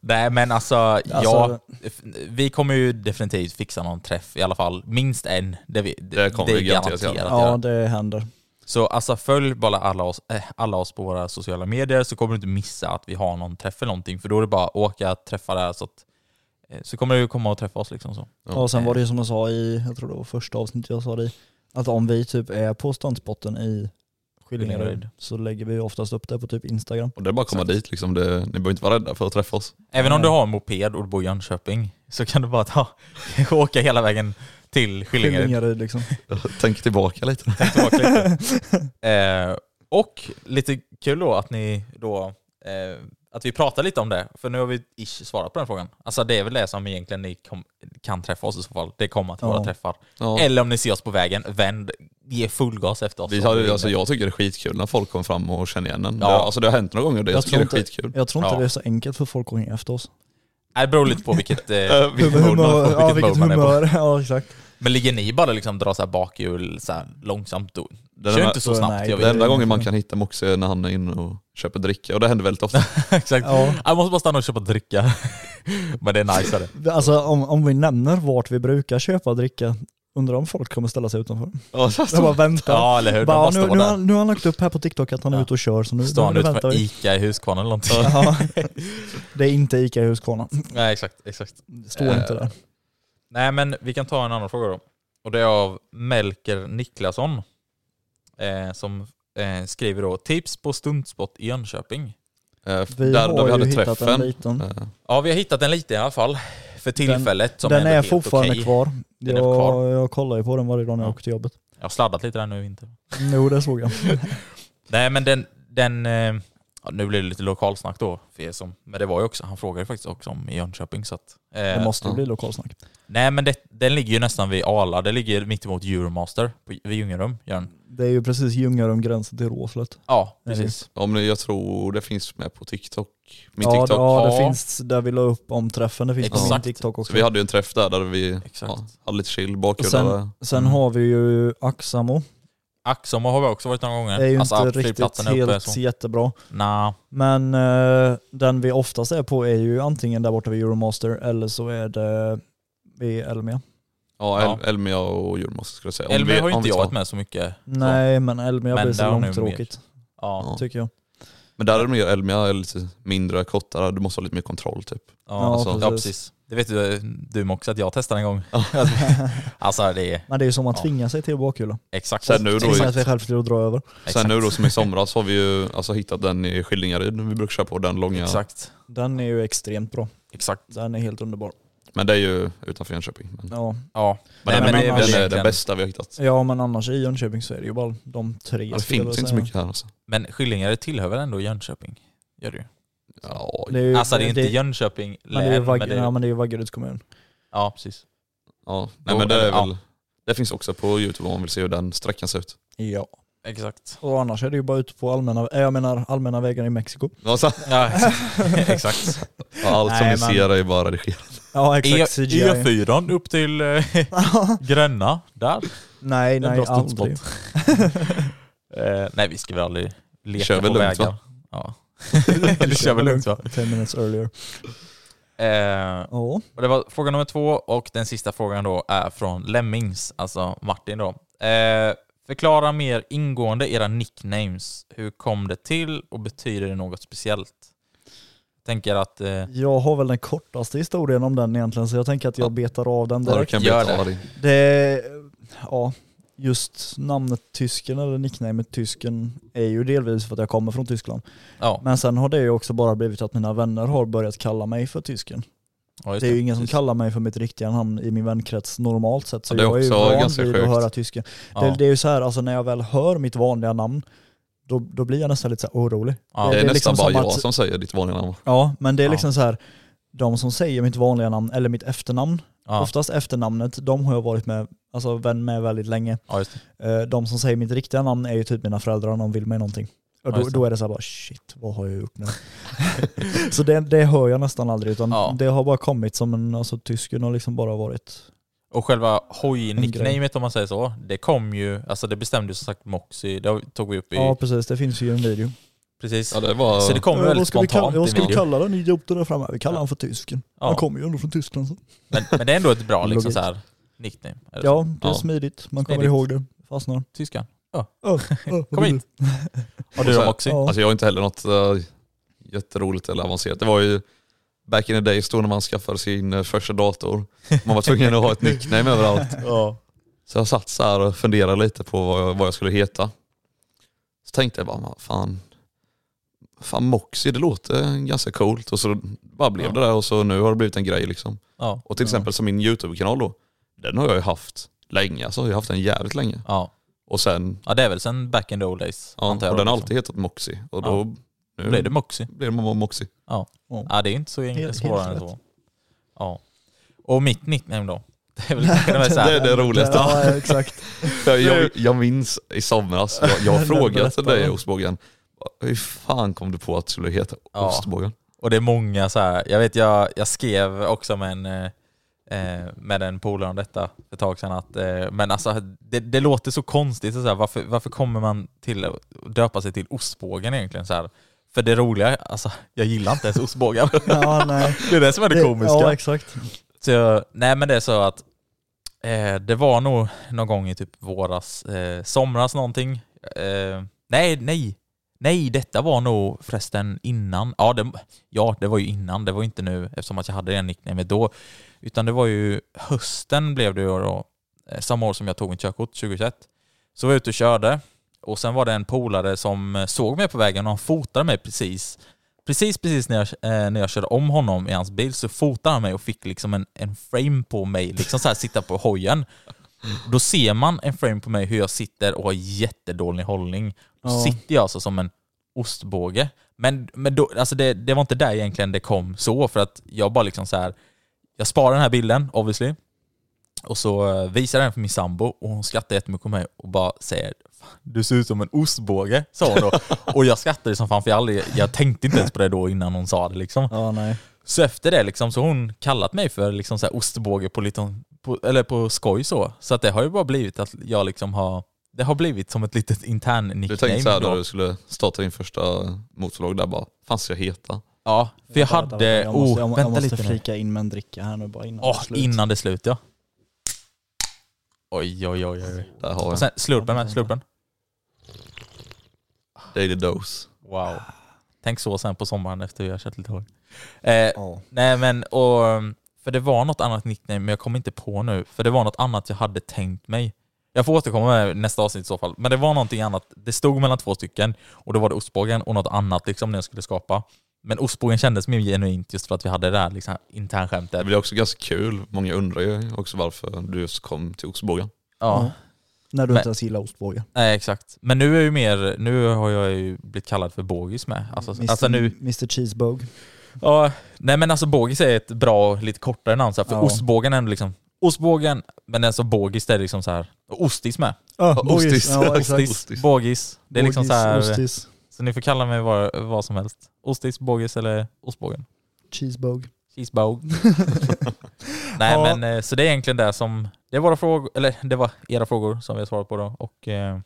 Speaker 3: Nej men alltså, ja.
Speaker 2: Alltså-
Speaker 3: f- Vi kommer ju definitivt fixa någon träff i alla fall. Minst en. Det, vi,
Speaker 1: Det kommer
Speaker 3: är
Speaker 1: vi garanterat göra.
Speaker 3: att
Speaker 2: Ja
Speaker 3: göra.
Speaker 2: det händer.
Speaker 3: Så alltså följ bara alla oss, eh, alla oss på våra sociala medier så kommer du inte missa att vi har någon träff eller någonting. För då är det bara att åka, träffa där så att, eh, så kommer du komma och träffa oss liksom så.
Speaker 1: Ja.
Speaker 2: Och sen var det ju som jag sa i, jag tror det var första avsnittet jag sa det i, att om vi typ är på stuntspotten i Skillingaryd
Speaker 3: Skillingaryd.
Speaker 2: så lägger vi oftast upp det på typ Instagram.
Speaker 1: Och det är bara att komma dit liksom. Det, ni behöver inte vara rädda för att träffa oss.
Speaker 3: Även om du har en moped och du bor i Jönköping så kan du bara ta, åka hela vägen till Skillingaryd.
Speaker 2: Skillingaryd liksom.
Speaker 1: Tänk tillbaka lite.
Speaker 3: tillbaka lite. Eh, och lite kul då att ni då eh, att vi pratar lite om det, för nu har vi ish svarat på den frågan. Alltså det är väl det som egentligen ni kom, kan träffa oss i så fall. Det kommer till våra
Speaker 2: Ja.
Speaker 3: träffar.
Speaker 1: Ja.
Speaker 3: Eller om ni ser oss på vägen, vänd, ge full gas efter oss.
Speaker 1: Vi har, alltså, jag tycker det är skitkul när folk kommer fram och känner igen en.
Speaker 3: Ja.
Speaker 1: Ja. Det, alltså, det har hänt några gånger och det, jag, tycker det är
Speaker 2: inte,
Speaker 1: skitkul.
Speaker 2: jag tror inte
Speaker 3: Ja.
Speaker 2: det är så enkelt för folk att hänga efter oss.
Speaker 3: Nej, det beror lite på vilket, eh, vilket humör, man,
Speaker 2: ja,
Speaker 3: vilket
Speaker 2: vilket
Speaker 3: humör man är på.
Speaker 2: humör. Ja exakt.
Speaker 3: Men ligger ni bara liksom drar så här bakhjul så här långsamt, då,
Speaker 1: Den
Speaker 3: Kör
Speaker 1: enda-
Speaker 3: inte så
Speaker 2: Så
Speaker 3: snabbt,
Speaker 2: nej,
Speaker 3: jag
Speaker 1: Den
Speaker 3: vet.
Speaker 1: enda gången man kan hitta Moxie är när han är inne och köper dricka och det händer väldigt ofta.
Speaker 3: Exakt.
Speaker 2: Ja.
Speaker 3: Jag måste bara stanna och köpa dricka. Men det är niceare.
Speaker 2: Alltså om, om vi nämner vart vi brukar köpa och dricka, undrar om folk kommer ställa sig utanför.
Speaker 1: Ja,
Speaker 2: De bara väntar.
Speaker 3: Ja eller hur, de
Speaker 2: bara,
Speaker 3: måste
Speaker 2: nu, nu,
Speaker 3: vara
Speaker 2: har,
Speaker 3: där.
Speaker 2: nu har han lagt upp här på TikTok att han är
Speaker 3: Ja.
Speaker 2: ute och kör, så nu,
Speaker 3: Står han
Speaker 2: nu
Speaker 3: utanför
Speaker 2: Mm, väntar vi.
Speaker 3: Ica i Huskvarna eller någonting?
Speaker 2: Ja. Det är inte Ica i Huskvarna.
Speaker 3: Nej exakt, exakt.
Speaker 2: Det står
Speaker 3: Eh,
Speaker 2: inte där.
Speaker 3: Nej men vi kan ta en annan fråga då. Och det är av Melker Niklasson. Eh, som eh, skriver då tips på stuntspot i Jönköping.
Speaker 1: Eh,
Speaker 2: Vi
Speaker 1: där,
Speaker 2: har
Speaker 1: där vi
Speaker 2: ju
Speaker 1: hade
Speaker 2: hittat
Speaker 1: träffen.
Speaker 2: en liten.
Speaker 1: Eh,
Speaker 3: Ja vi har hittat en lite i alla fall. För tillfället som
Speaker 2: den
Speaker 3: ändå
Speaker 2: är
Speaker 3: helt
Speaker 2: fortfarande
Speaker 3: okej.
Speaker 2: kvar.
Speaker 3: Den är
Speaker 2: jag,
Speaker 3: kvar.
Speaker 2: jag kollar ju på den varje dag när jag
Speaker 3: Ja.
Speaker 2: åker till jobbet.
Speaker 3: Jag har sladdat lite där nu i vinter.
Speaker 2: Jo, det såg jag.
Speaker 3: Nej men den, den eh, ja, nu blir det lite lokalsnack då för er som, men det var ju också, han frågade ju faktiskt också om i Jönköping så att, eh,
Speaker 2: Det måste ju
Speaker 1: ja.
Speaker 2: bli lokalsnack.
Speaker 3: Nej men det, den ligger ju nästan vid Arla, det ligger mittemot Euromaster på, vid Ljungarum. gör den.
Speaker 2: Det är ju precis Ljungarum gränsen till Råslet.
Speaker 3: Ja
Speaker 2: Nej,
Speaker 3: precis.
Speaker 1: om ni, jag tror det finns med på TikTok. Min
Speaker 2: ja,
Speaker 1: TikTok.
Speaker 2: Ja, det
Speaker 3: Ja.
Speaker 2: finns där vi la upp om träffen. Det finns på min
Speaker 3: Exakt.
Speaker 2: TikTok också.
Speaker 1: Så vi hade ju en träff där, där vi
Speaker 3: Exakt.
Speaker 1: ja, hade lite chill
Speaker 2: Och
Speaker 1: bakgrund.
Speaker 2: sen, sen
Speaker 3: Mm.
Speaker 2: har vi ju Axamo.
Speaker 3: Axom har vi också varit några gånger.
Speaker 2: Det är ju
Speaker 3: Alltså,
Speaker 2: inte riktigt
Speaker 3: flygplatsen är uppe,
Speaker 2: helt
Speaker 3: så.
Speaker 2: jättebra.
Speaker 3: Nja,
Speaker 2: Men eh, den vi oftast är på är ju antingen där borta vid Euromaster eller så är det vid Elmia.
Speaker 1: Ja, El-
Speaker 3: Ja.
Speaker 1: Elmia och Julmos skulle jag säga. Om
Speaker 3: Elmer
Speaker 1: vi-
Speaker 3: har ju
Speaker 1: om
Speaker 3: inte
Speaker 1: vi
Speaker 3: jag
Speaker 1: tar-
Speaker 3: varit med så mycket. Så.
Speaker 2: Nej, men Elmia
Speaker 3: Men
Speaker 2: blir så
Speaker 3: där har ni
Speaker 2: långtråkigt
Speaker 3: Ja,
Speaker 2: tycker jag.
Speaker 1: Men där är det mer Elmia, är lite mindre, kortare, du måste ha lite mer kontroll typ.
Speaker 3: ja,
Speaker 1: alltså.
Speaker 3: ja, precis. Det vet du, du också att jag testade en gång. alltså det är
Speaker 2: Men det är ju som att
Speaker 3: Ja.
Speaker 2: tvinga sig till bakhjulen.
Speaker 3: exakt.
Speaker 1: Sen nu då-
Speaker 2: Tvinga sig själv till att dra över.
Speaker 1: Sen nu då som i somras har vi ju alltså, hittat den i Skillingaryd, vi brukar köra på den långa.
Speaker 3: Exakt.
Speaker 2: Den är ju extremt bra.
Speaker 3: Exakt.
Speaker 2: Den är helt underbar.
Speaker 1: Men det är ju utanför Jönköping. Men,
Speaker 2: Ja,
Speaker 3: Ja.
Speaker 1: men, den,
Speaker 2: men
Speaker 1: är,
Speaker 2: det är
Speaker 1: den,
Speaker 2: väl
Speaker 1: är
Speaker 3: egentligen-
Speaker 1: den bästa vi har hittat.
Speaker 2: ja men annars i Jönköping så är det ju bara de tre.
Speaker 1: Ja, det
Speaker 2: skulle jag
Speaker 1: finns inte så
Speaker 2: säga.
Speaker 1: mycket här alltså.
Speaker 3: Men Skillingaryd tillhör väl ändå Jönköping? Gör det ju.
Speaker 1: Ja,
Speaker 2: är ju-
Speaker 3: Alltså det är inte Jönköping
Speaker 2: men det är ju
Speaker 3: län, men
Speaker 2: Vagge-
Speaker 3: det
Speaker 2: ja,
Speaker 3: är...
Speaker 2: men det är ju Vaggeryds kommun.
Speaker 3: Ja, precis.
Speaker 1: ja.
Speaker 3: Jo,
Speaker 1: Nej, men det, är
Speaker 3: eller-
Speaker 1: väl, det finns också på Youtube om man vill se hur den sträckan ser ut.
Speaker 2: Ja.
Speaker 3: Exakt.
Speaker 2: Och annars är det ju bara ute på allmänna, äh, jag menar allmänna vägar i Mexiko.
Speaker 1: Alltså,
Speaker 3: Ja, exakt. exakt.
Speaker 1: ja, allt som
Speaker 2: Nej,
Speaker 1: ni
Speaker 2: men-
Speaker 1: ser är ju bara redigerat.
Speaker 2: Ja
Speaker 3: E-
Speaker 2: exakt, CGI.
Speaker 3: E4 upp till eh, Gränna, där.
Speaker 2: nej
Speaker 3: En
Speaker 2: nej
Speaker 3: bra
Speaker 2: aldrig.
Speaker 3: stuntspot. eh, nej, vi ska väl aldrig leka
Speaker 1: Kör väl
Speaker 3: på
Speaker 1: lugnt,
Speaker 3: vägar.
Speaker 1: va?
Speaker 3: Ja. du kör väl lugnt va?
Speaker 2: 10 minutes earlier.
Speaker 3: Eh,
Speaker 2: Ja.
Speaker 3: och det var fråga nummer två och den sista frågan då är från Lemmings, alltså Martin då. Eh, förklara mer ingående era nicknames. Hur kom det till och betyder det något speciellt? Tänker att... Eh,
Speaker 2: Jag har väl den kortaste historien om den egentligen så jag tänker att jag betar av den
Speaker 1: Där du
Speaker 2: direkt.
Speaker 1: kan
Speaker 3: Gör
Speaker 1: beta
Speaker 3: det.
Speaker 1: av din-
Speaker 2: Det, ja, just namnet tysken eller nicknamet tysken är ju delvis för att jag kommer från Tyskland.
Speaker 3: ja,
Speaker 2: Men sen har det ju också bara blivit att mina vänner har börjat kalla mig för tysken.
Speaker 3: ja, just
Speaker 2: Det är ju ingen som kallar mig för mitt riktiga namn i min vänkrets normalt sett. Så
Speaker 1: Ja, det är
Speaker 2: jag är ju
Speaker 1: också
Speaker 2: van
Speaker 1: ganska
Speaker 2: vid att
Speaker 1: sjukt.
Speaker 2: höra tysken. Det,
Speaker 3: Ja.
Speaker 2: det är ju så här, alltså när jag väl hör mitt vanliga namn, då, då blir jag nästan lite så här orolig.
Speaker 3: Ja.
Speaker 1: Det är
Speaker 2: det är
Speaker 1: nästan
Speaker 2: liksom
Speaker 1: bara
Speaker 2: som
Speaker 1: jag
Speaker 2: att-
Speaker 1: som säger ditt vanliga namn.
Speaker 2: Ja, men det är
Speaker 3: Ja.
Speaker 2: liksom så här, de som säger mitt vanliga namn eller mitt efternamn,
Speaker 3: ja,
Speaker 2: oftast efternamnet, de har jag varit med, alltså vän med väldigt länge.
Speaker 3: ja, just det.
Speaker 2: Eh, De som säger mitt riktiga namn är ju typ mina föräldrar om de vill mig någonting. Och
Speaker 3: Ja,
Speaker 2: då,
Speaker 3: just det.
Speaker 2: då är det så här bara shit, vad har jag gjort nu? så det, det hör jag nästan aldrig utan
Speaker 3: Ja.
Speaker 2: det har bara kommit som en, alltså tysken har liksom bara varit,
Speaker 3: Och själva
Speaker 2: En
Speaker 3: hoj-nicknamet om man säger så, det kom ju, alltså det bestämde ju som sagt Moxie, det har- tog vi upp i...
Speaker 2: ja precis det finns ju en video.
Speaker 3: precis.
Speaker 1: Ja, det var...
Speaker 3: Så det kom ju väldigt
Speaker 2: ska vi
Speaker 3: spontant
Speaker 2: kalla,
Speaker 3: i
Speaker 2: jag ska
Speaker 3: video.
Speaker 2: vi kalla den idioten där framme, vi kallar honom för tysken.
Speaker 3: Ja.
Speaker 2: Han kommer ju ändå från Tyskland så.
Speaker 3: Men, men det är ändå ett bra liksom,
Speaker 2: Logik.
Speaker 3: så här, nickname. Eller så.
Speaker 2: Ja, det är
Speaker 1: Ja.
Speaker 2: smidigt, man kommer
Speaker 3: Smidigt.
Speaker 2: ihåg det, fastnar.
Speaker 3: Tyskan.
Speaker 2: Ö, ö,
Speaker 3: Kom hit! Och du
Speaker 1: Och
Speaker 3: då
Speaker 1: så-
Speaker 3: Moxie?
Speaker 2: Ja.
Speaker 1: Alltså jag har inte heller något eh, jätteroligt eller avancerat. Det var ju back in the days då när man skaffade sin eh, första dator. Man var tvungen att ha ett nickname överallt.
Speaker 3: Ja.
Speaker 1: Så jag satt så här och funderade lite på vad jag, vad jag skulle heta. Så tänkte jag bara, "Va fan, fan Moxie, det låter ganska coolt. Och så bara blev
Speaker 3: Ja.
Speaker 1: det där och så nu har det blivit en grej liksom.
Speaker 3: Ja.
Speaker 1: Och till exempel som min YouTube-kanal då, den har jag ju haft länge. Alltså jag har haft den jävligt länge.
Speaker 3: Ja.
Speaker 1: Och sen,
Speaker 3: ja, det är väl sen back in the old days,
Speaker 1: ja, och
Speaker 3: antar jag.
Speaker 1: den har
Speaker 3: liksom.
Speaker 1: alltid hetat Moxie. Och
Speaker 3: Ja.
Speaker 1: då, nu
Speaker 3: Då blev det Moxie.
Speaker 1: blir det Mo- Moxie.
Speaker 3: Ja, det är ju inte så
Speaker 2: Helt-
Speaker 3: svårare
Speaker 2: helt
Speaker 3: än
Speaker 2: rätt.
Speaker 3: så. Ja. Och mitt nickname då? Det är väl kanske det mest så här-
Speaker 1: Det är det roligaste.
Speaker 2: Ja exakt.
Speaker 1: Jag, jag, jag minns i somras, jag, jag har
Speaker 2: Men
Speaker 1: frågat
Speaker 2: berätta
Speaker 1: dig
Speaker 2: då.
Speaker 1: ostbågen, hur fan kom du på att det skulle heta
Speaker 3: Ja.
Speaker 1: ostbågen?
Speaker 3: Och det är många så här, jag vet jag, jag skrev också med en, eh, eh, med en polare om detta för ett tag sedan. Att, eh, men alltså, det, det låter så konstigt. Så här, varför, varför kommer man till att döpa sig till ostbågen egentligen? Så här? För det roliga, alltså, jag gillar inte ens ostbågar.
Speaker 2: Ja, nej.
Speaker 3: det är det som är det, komiska.
Speaker 2: Ja, exakt.
Speaker 3: Så, jag- nej men det är så att eh, det var nog någon gång i typ våras, eh, somras någonting. Eh, nej, nej, nej, detta var nog förresten innan. Ja det, ja, det var ju innan, det var ju inte nu eftersom att jag hade den nicknamet då. Utan det var ju hösten blev det ju då, eh, samma år som jag tog mitt körkort 2021. Så var jag ute och körde och sen var det en polare som eh, såg mig på vägen och han fotade mig precis precis, precis när jag, eh, när jag körde om honom i hans bil så fotade han mig och fick liksom en, en frame på mig, liksom så här sitta på hojen. Då ser man en frame på mig hur jag sitter och har jättedålig hållning. Då
Speaker 2: Ja.
Speaker 3: sitter jag alltså som en ostbåge. Men, men då, alltså det, det var inte där egentligen det kom så, för att jag bara liksom så här jag sparar den här bilden obviously. Och så eh, visar jag den för min sambo och hon skrattar jättemycket åt mig och bara säger "Fan, du ser ut som en ostbåge, sa hon då. och jag skrattade som fan för jag, aldrig, jag tänkte inte ens på det då innan hon sa det liksom.
Speaker 2: Ja, nej.
Speaker 3: Så efter det liksom, så har hon kallat mig för liksom så här ostbåge på, lite, på, eller på skoj så. Så att det har ju bara blivit att jag liksom har, det har blivit som ett litet intern
Speaker 1: Du
Speaker 3: nickname.
Speaker 1: tänkte såhär
Speaker 3: då.
Speaker 1: när du skulle starta din första motorvlogg där bara, fan ska jag heta?
Speaker 3: Ja, för jag
Speaker 2: Vänta, vänta,
Speaker 3: hade,
Speaker 2: jag måste,
Speaker 3: oh,
Speaker 2: jag, jag
Speaker 3: vänta
Speaker 2: måste
Speaker 3: lite nu.
Speaker 2: flika in med en dricka här nu bara innan
Speaker 3: Åh,
Speaker 2: det är slut.
Speaker 3: innan det slut ja. Oj, oj, oj, oj.
Speaker 1: Där har
Speaker 3: Och
Speaker 1: jag.
Speaker 3: sen slurpen med, slurpen.
Speaker 1: Daily Dose.
Speaker 3: Wow. Tänk så sen på sommaren efter vi har kört lite hårt. Eh,
Speaker 2: Ja.
Speaker 3: Nej men, och, för det var något annat nickname, men jag kommer inte på nu. För det var något annat jag hade tänkt mig. Jag får återkomma med nästa avsnitt i så fall. Men det var någonting annat. Det stod mellan två stycken och då var det ostbågen och något annat liksom när jag skulle skapa. Men ostbågen kändes mer genuint just för att vi hade det här liksom,
Speaker 1: Det
Speaker 3: internskämtet.
Speaker 1: blir också ganska kul. Många undrar ju också varför du just kom till Oxbogen.
Speaker 3: Ja.
Speaker 2: Mm. När du
Speaker 3: Men-
Speaker 2: inte ens gillar ostbågar.
Speaker 3: Nej exakt. Men nu är ju mer, nu har jag ju blivit kallad för bågis med. Alltså,
Speaker 2: Mr.
Speaker 3: alltså nu,
Speaker 2: Mr Cheesebog.
Speaker 3: Ja, nej men alltså bågis är ett bra och lite kortare namn så här, för
Speaker 2: Ja.
Speaker 3: ostbågen är ändå liksom ostbågen, men alltså bågis det är liksom så här och ostis med.
Speaker 2: Oh,
Speaker 1: ostis.
Speaker 2: Ja, exakt.
Speaker 1: Ostis.
Speaker 3: Ostis, bågis. Det är liksom
Speaker 2: Bogis,
Speaker 3: så här,
Speaker 2: Ostis,
Speaker 3: så ni får kalla mig vad, vad som helst. Ostis, bågis eller ostbågen.
Speaker 2: cheesebog.
Speaker 3: Cheesebog. nej
Speaker 2: Ja.
Speaker 3: men eh, så det är egentligen det som, det är våra frågor, eller det var era frågor som vi har svarat på då och eh,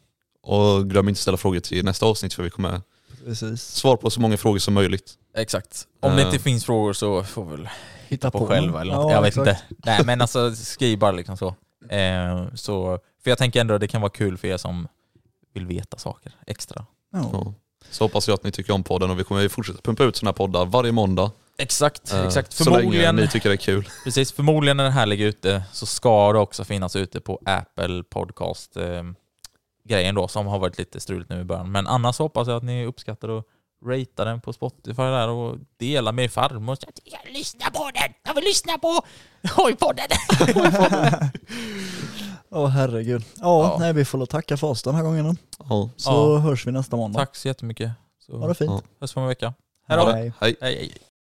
Speaker 1: Och glöm inte ställa frågor till nästa avsnitt för vi kommer
Speaker 2: Precis.
Speaker 1: svara på så många frågor som möjligt.
Speaker 3: Exakt. Om det
Speaker 1: Eh.
Speaker 3: inte finns frågor så får vi väl
Speaker 2: Hitta
Speaker 3: på själva eller något.
Speaker 2: Ja,
Speaker 3: jag vet
Speaker 2: exakt.
Speaker 3: inte. Nej men alltså skriv bara liksom så. Eh, så. För jag tänker ändå att det kan vara kul för er som vill veta saker extra.
Speaker 2: Ja.
Speaker 1: Ja. Så hoppas jag att ni tycker om podden och vi kommer ju fortsätta pumpa ut sådana här poddar varje måndag.
Speaker 3: Exakt,
Speaker 1: Eh,
Speaker 3: exakt.
Speaker 1: Så länge
Speaker 3: Förmodligen,
Speaker 1: ni tycker det är kul.
Speaker 3: precis, förmodligen när det här ligger ute så ska det också finnas ute på Apple Podcast eh, grejen då som har varit lite struligt nu i början. Men annars hoppas jag att ni uppskattar och ratea den på Spotify där och dela med er farmor. Så att Jag lyssnar på den! Jag vill lyssna på Hojpodden!
Speaker 2: Åh herregud. Ja,
Speaker 3: Ja.
Speaker 2: nej vi får väl tacka för oss den här gången då.
Speaker 1: Ja.
Speaker 2: Så
Speaker 3: Ja.
Speaker 2: hörs vi nästa måndag.
Speaker 3: Tack så jättemycket.
Speaker 2: Ha det
Speaker 3: Så
Speaker 2: fint.
Speaker 1: Ja.
Speaker 3: hörs vi om en vecka. Hej då!
Speaker 2: Hej.
Speaker 1: Hej.
Speaker 3: Hej, hej.